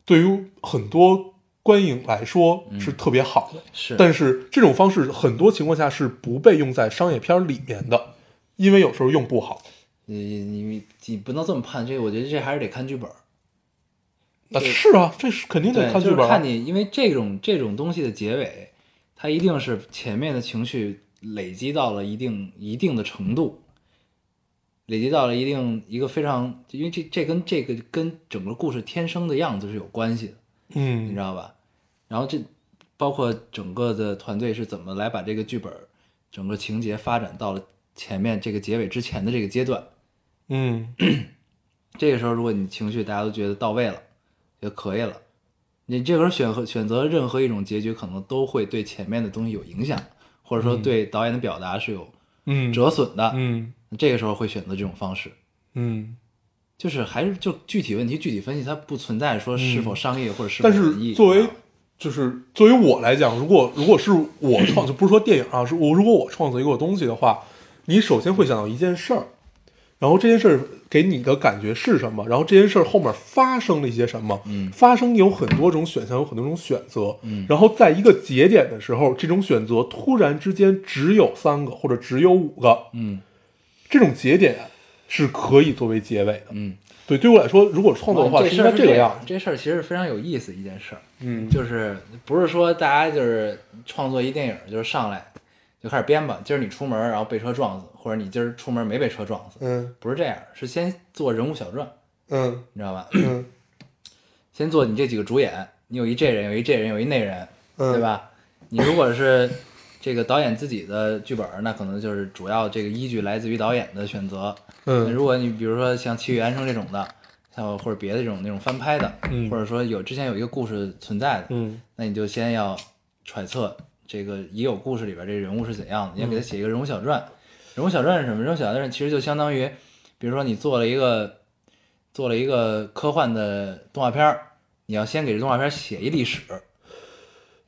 Speaker 1: 对于很多观影来说
Speaker 2: 嗯
Speaker 1: 是特别好的，
Speaker 2: 是，
Speaker 1: 但是这种方式很多情况下是不被用在商业片儿里面的，因为有时候用不好。
Speaker 2: 你你你你不能这么判，这个我觉得这还是得看剧本儿。
Speaker 1: 啊，是啊，这是肯定得
Speaker 2: 对，
Speaker 1: 看剧
Speaker 2: 就
Speaker 1: 本
Speaker 2: 是
Speaker 1: 啊
Speaker 2: 看。你，因为这种这种东西的结尾，它一定是前面的情绪累积到了一定一定的程度，累积到了一定一个非常，因为这这跟这个跟整个故事天生的样子是有关系的，你知
Speaker 1: 嗯，
Speaker 2: 道吧？然后这包括整个的团队是怎么来把这个剧本儿整个情节发展到了前面这个结尾之前的这个阶段，
Speaker 1: 嗯，
Speaker 2: 这个时候，如果你情绪大家都觉得到位了，觉得可以了，你这个时候选和选择任何一种结局，可能都会对前面的东西有影响，或者说对导演的表达是有
Speaker 1: 嗯，
Speaker 2: 折损的。
Speaker 1: 嗯
Speaker 2: 这个时候会选择这种方式，
Speaker 1: 嗯，
Speaker 2: 就是还是就具体问题具体分析，它不存在说是否商业或者是否
Speaker 1: 嗯但
Speaker 2: 文艺啊
Speaker 1: 是作为就是作为我来讲，如果如果是我创，就不是说电影啊，是我如果我创作一个东西的话，你首先会想到一件事儿，然后这件事儿给你的感觉是什么，然后这件事儿后面发生了一些什么，
Speaker 2: 嗯
Speaker 1: 发生有很多种选项，有很多种选择，
Speaker 2: 嗯
Speaker 1: 然后在一个节点的时候，这种选择突然之间只有三个或者只有五个，
Speaker 2: 嗯
Speaker 1: 这种节点是可以作为结尾的。
Speaker 2: 嗯，
Speaker 1: 对，对我来说，如果创作的话，
Speaker 2: 这
Speaker 1: 是
Speaker 2: 事
Speaker 1: 应
Speaker 2: 儿
Speaker 1: 该
Speaker 2: 是
Speaker 1: 这个样子。
Speaker 2: 这事儿其实非常有意思一件事儿，
Speaker 1: 嗯，
Speaker 2: 就是不是说大家就是创作一电影就是上来就开始编吧，今儿你出门然后被车撞死，或者你今儿出门没被车撞死，
Speaker 1: 嗯
Speaker 2: 不是这样，是先做人物小传，
Speaker 1: 嗯
Speaker 2: 你知道吧？
Speaker 1: 嗯
Speaker 2: 先做你这几个主演，你有一这人，有一这人，有一那人，
Speaker 1: 嗯
Speaker 2: 对吧？你如果是这个导演自己的剧本儿，那可能就是主要这个依据来自于导演的选择。那
Speaker 1: 嗯
Speaker 2: 如果你比如说像《七月安生》这种的，像或者别的这种那种翻拍的，
Speaker 1: 嗯
Speaker 2: 或者说有之前有一个故事存在的，
Speaker 1: 嗯
Speaker 2: 那你就先要揣测这个已有故事里边这人物是怎样的，你
Speaker 1: 嗯
Speaker 2: 要给他写一个人物小传。人物小传是什么？人物小传其实就相当于，比如说你做了一个做了一个科幻的动画片儿，你要先给这动画片儿写一历史，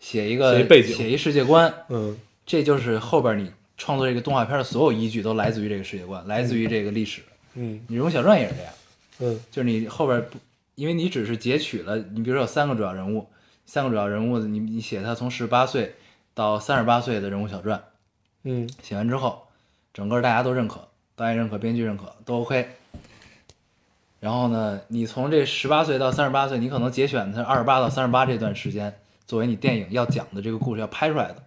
Speaker 2: 写一个
Speaker 1: 写一背景
Speaker 2: 写一世界观，
Speaker 1: 嗯
Speaker 2: 这就是后边你创作这个动画片儿的所有依据都来自于这个世界观，来自于这个历史。
Speaker 1: 嗯
Speaker 2: 你人物小传也是这样。
Speaker 1: 嗯
Speaker 2: 就是你后边不，因为你只是截取了，你比如说有三个主要人物，三个主要人物，你你写他从十八岁到三十八岁的人物小传，
Speaker 1: 嗯
Speaker 2: 写完之后，整个大家都认可，导演认可，编剧认可，都 OK。然后呢，你从这十八岁到三十八岁，你可能节选他二十八到三十八这段时间，作为你电影要讲的这个故事要拍出来的，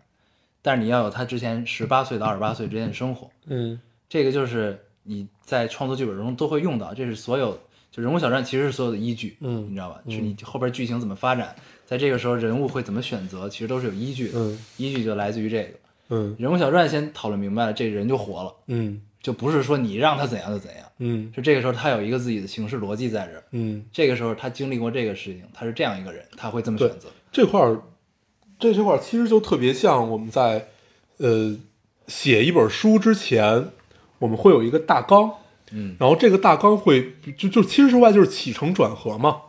Speaker 2: 但是你要有他之前十八岁到二十八岁之间的生活，
Speaker 1: 嗯
Speaker 2: 这个就是你在创作剧本中都会用到，这是所有就人物小传其实是所有的依据，
Speaker 1: 嗯
Speaker 2: 你知道吧？是你后边剧情怎么发展，在这个时候人物会怎么选择，其实都是有依据的，
Speaker 1: 嗯
Speaker 2: 依据就来自于这个
Speaker 1: 嗯
Speaker 2: 人物小传先讨论明白了，这人就活了，
Speaker 1: 嗯
Speaker 2: 就不是说你让他怎样就怎样，
Speaker 1: 嗯
Speaker 2: 是这个时候他有一个自己的行事逻辑在这儿，
Speaker 1: 嗯，
Speaker 2: 这个时候他经历过这个事情，他是这样一个人，他会这么
Speaker 1: 对
Speaker 2: 选择，
Speaker 1: 这块儿这这块儿其实就特别像我们在呃写一本书之前，我们会有一个大纲，
Speaker 2: 嗯
Speaker 1: 然后这个大纲会就就其实说白就是起承转合嘛。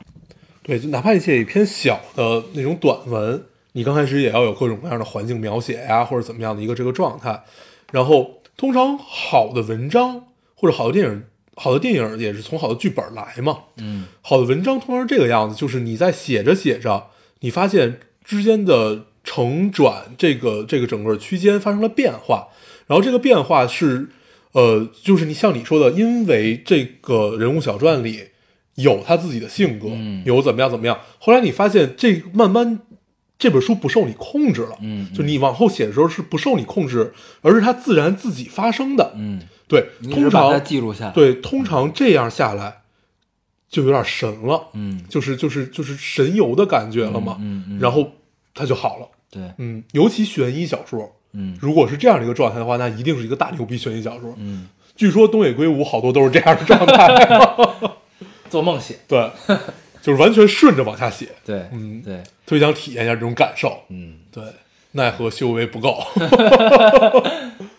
Speaker 1: 对，就哪怕你写一篇小的那种短文，你刚开始也要有各种各样的环境描写呀、或者怎么样的一个这个状态。然后，通常好的文章或者好的电影，好的电影也是从好的剧本来嘛。
Speaker 2: 嗯
Speaker 1: 好的文章通常是这个样子，就是你在写着写着，你发现之间的承转这个这个整个区间发生了变化，然后这个变化是，呃，就是你像你说的，因为这个人物小传里有他自己的性格，
Speaker 2: 嗯
Speaker 1: 有怎么样怎么样，后来你发现这慢慢这本书不受你控制了，
Speaker 2: 嗯嗯
Speaker 1: 就你往后写的时候是不受你控制，而是它自然自己发生的。
Speaker 2: 嗯，
Speaker 1: 对，
Speaker 2: 你
Speaker 1: 通
Speaker 2: 只把它
Speaker 1: 常
Speaker 2: 记录下来，，
Speaker 1: 对，通常这样下来就有点神了，
Speaker 2: 嗯，
Speaker 1: 就是就是就是神游的感觉了嘛，
Speaker 2: 嗯嗯嗯
Speaker 1: 然后它就好了，
Speaker 2: 对，
Speaker 1: 嗯，尤其悬疑小说，
Speaker 2: 嗯
Speaker 1: 如果是这样的一个状态的话，那一定是一个大牛逼悬疑小说。
Speaker 2: 嗯，
Speaker 1: 据说东野圭吾好多都是这样的 状态，
Speaker 2: 做梦写，
Speaker 1: 对，就是完全顺着往下写，
Speaker 2: 对，
Speaker 1: 嗯
Speaker 2: 对，
Speaker 1: 特别想体验一下这种感受，
Speaker 2: 嗯，
Speaker 1: 对，奈何修为不 够，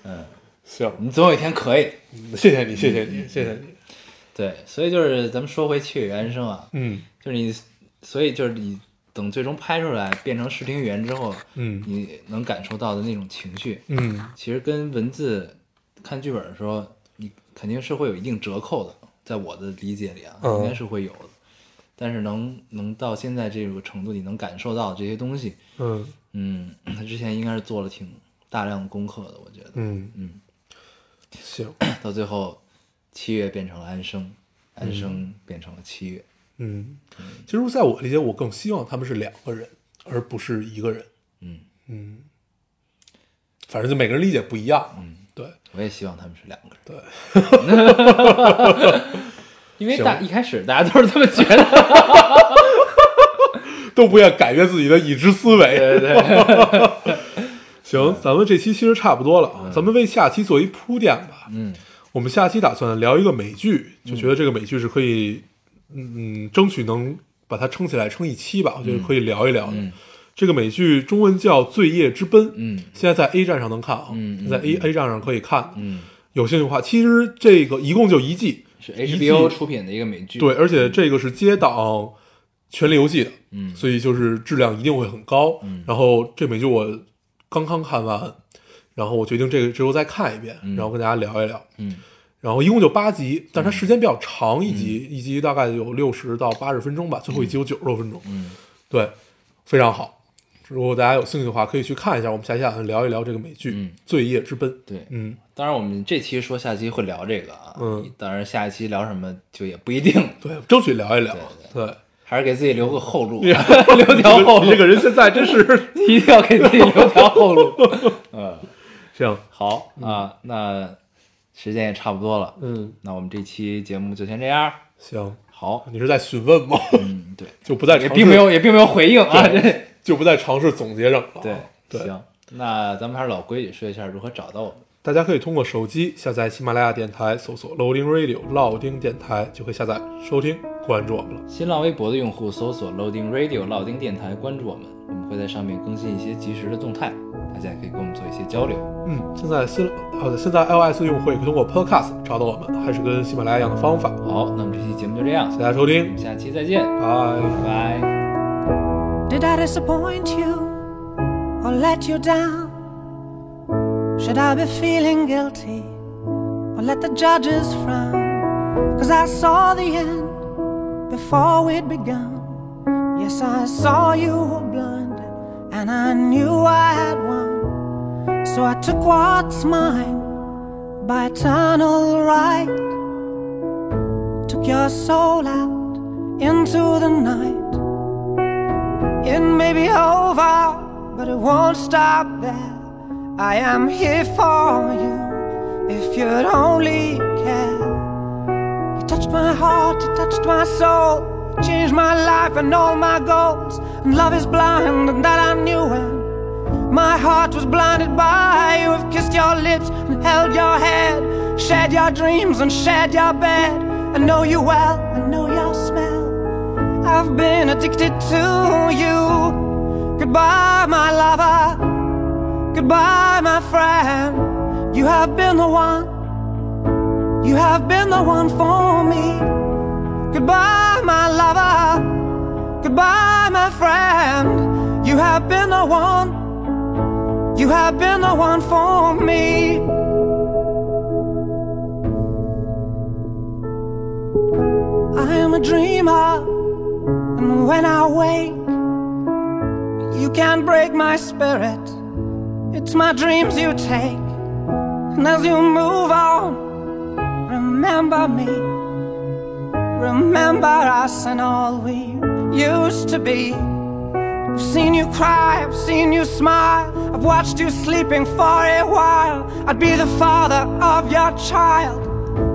Speaker 1: 嗯 行，
Speaker 2: 你总有一天可以的，
Speaker 1: 谢谢你，谢谢你，谢谢你，
Speaker 2: 对，所以就是咱们说回《七月原生》啊，
Speaker 1: 嗯
Speaker 2: 就是你，所以就是你等最终拍出来变成视听语言之后，
Speaker 1: 嗯
Speaker 2: 你能感受到的那种情绪，
Speaker 1: 嗯，
Speaker 2: 其实跟文字看剧本的时候，你肯定是会有一定折扣的，在我的理解里啊，
Speaker 1: 嗯
Speaker 2: 应该是会有的。但是能能到现在这个程度，你能感受到这些东西，
Speaker 1: 嗯
Speaker 2: 嗯，他之前应该是做了挺大量的功课的，我觉得。
Speaker 1: 嗯
Speaker 2: 嗯，
Speaker 1: 行，
Speaker 2: 到最后，七月变成了安生，安生变成了七月。
Speaker 1: 嗯，其实在我理解，我更希望他们是两个人，而不是一个人，
Speaker 2: 嗯，
Speaker 1: 嗯，反正就每个人理解不一样，嗯，对，
Speaker 2: 我也希望他们是两个人。
Speaker 1: 对，
Speaker 2: 因为大一开始大家都是这么觉得。
Speaker 1: 都不愿改变自己的已知思维，
Speaker 2: 对对对，
Speaker 1: 行，咱们这期其实差不多了啊，咱们为下期做一铺垫吧。
Speaker 2: 嗯，
Speaker 1: 我们下期打算聊一个美剧，就觉得这个美剧是可以，嗯，嗯争取能把它撑起来，撑一
Speaker 2: 嗯
Speaker 1: 期吧，我觉得可以聊一聊的。这个美剧中文叫《罪业之奔》，
Speaker 2: 嗯
Speaker 1: 现在在 A 站上能看啊，
Speaker 2: 嗯嗯
Speaker 1: 在 A A 站上可以看。
Speaker 2: 嗯，
Speaker 1: 有兴趣的话，其实这个一共就一季，
Speaker 2: 是
Speaker 1: 一季
Speaker 2: HBO 出品的一个美剧。
Speaker 1: 对，而且这个是接档《权力游戏》的，
Speaker 2: 嗯
Speaker 1: 所以就是质量一定会很高。
Speaker 2: 嗯
Speaker 1: 然后这美剧我刚刚看完，然后我决定这个之后再看一遍，
Speaker 2: 嗯
Speaker 1: 然后跟大家聊一聊。
Speaker 2: 嗯
Speaker 1: 然后一共就八集，但是它时间比较长，一集、一集大概有六十到八十分钟吧，最后一集有九十多分钟，
Speaker 2: 嗯，
Speaker 1: 对，非常好。如果大家有兴趣的话，可以去看一下。我们下期打算聊一聊这个美剧《
Speaker 2: 嗯
Speaker 1: 罪业之奔》。
Speaker 2: 对。
Speaker 1: 嗯，
Speaker 2: 当然，我们这期说下期会聊这个啊。
Speaker 1: 嗯，
Speaker 2: 当然下一期聊什么就也不一定，
Speaker 1: 对，争取聊一聊。对，
Speaker 2: 还是给自己留个后路，啊
Speaker 1: 对
Speaker 2: 留条后路
Speaker 1: 你这，个人现在真是
Speaker 2: 一定要给自己留条后路。 嗯，
Speaker 1: 行。
Speaker 2: 好啊，那时间也差不多了，
Speaker 1: 嗯，
Speaker 2: 那我们这期节目就先这样。
Speaker 1: 行，哦
Speaker 2: 好，
Speaker 1: 你是在询问吗？
Speaker 2: 嗯，对，
Speaker 1: 就不再
Speaker 2: 也
Speaker 1: 尝试
Speaker 2: 并没有也并没有回应啊，这
Speaker 1: 就不再尝试总结上了。
Speaker 2: 对
Speaker 1: 对，
Speaker 2: 行，那咱们还是老规矩，说一下如何找到我们。
Speaker 1: 大家可以通过手机下载喜马拉雅电台，搜索 Loading Radio 老丁电台，就可以下载收听关注我们了。
Speaker 2: 新浪微博的用户搜索 Loading Radio 老丁电台，关注我们，我们会在上面更新一些及时的动态，大家也可以跟我们做一些交流。
Speaker 1: 嗯，现在新好的，现在 iOS 用户也可以通过 Podcast 找到我们，还是跟喜马拉雅一样的方法。
Speaker 2: 好，那么这期节目就这样，
Speaker 1: 谢谢大家收
Speaker 2: 我
Speaker 1: 听
Speaker 2: 们，下期再见，
Speaker 1: 拜。
Speaker 2: 拜拜。
Speaker 3: Did I disappoint you or let you down? Should I be feeling guilty or let the judges frown? Cause I saw the end before we'd begun. Yes, I saw you were blind and I knew I had won. So I took what's mine by eternal right. Took your soul out into the night. It may be over, but it won't stop there. I am here for you if you'd only care. You touched my heart, you touched my soul, you changed my life and all my goals. And love is blind, and that I knew when my heart was blinded by you. Have kissed your lips and held your head, shared your dreams and shared your bed. I know you well, I know your smell. I've been addicted to you. Goodbye, my lover. Goodbye, my friend. You have been the one. You have been the one for me. Goodbye, my lover. Goodbye, my friend. You have been the one. You have been the one for me. I am a dreamer. And when I wake, you can't break my spirit. It's my dreams you take. And as you move on, remember me. Remember us and all we used to be. I've seen you cry, I've seen you smile, I've watched you sleeping for a while. I'd be the father of your child.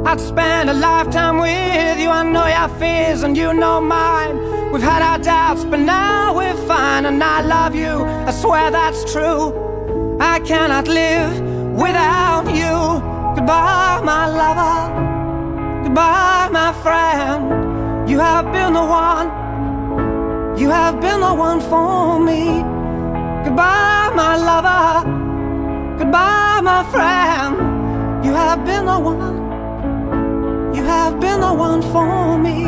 Speaker 3: I'd spend a lifetime with you. I know your fears and you know mine. We've had our doubts, but now we're fine. And I love you, I swear that's true. I cannot live without you. Goodbye, my lover. Goodbye, my friend. You have been the one. You have been the one for me. Goodbye, my lover. Goodbye, my friend. You have been the one. You have been the one for me.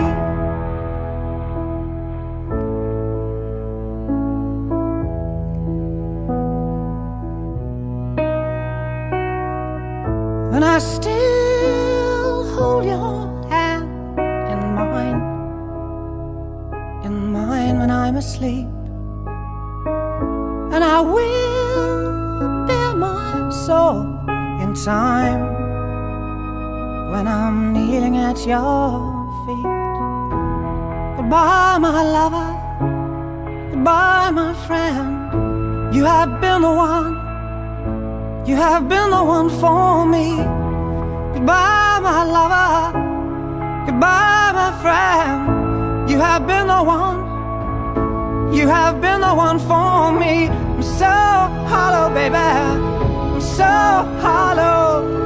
Speaker 3: And I still hold your hand in mine in mine when I'm asleep. And I will bear my soul in time when I'm kneeling at your feet. Goodbye, my lover. Goodbye, my friend. You have been the one. You have been the one for me. Goodbye, my lover. Goodbye, my friend. You have been the one. You have been the one for me. I'm so hollow, baby. I'm so hollow.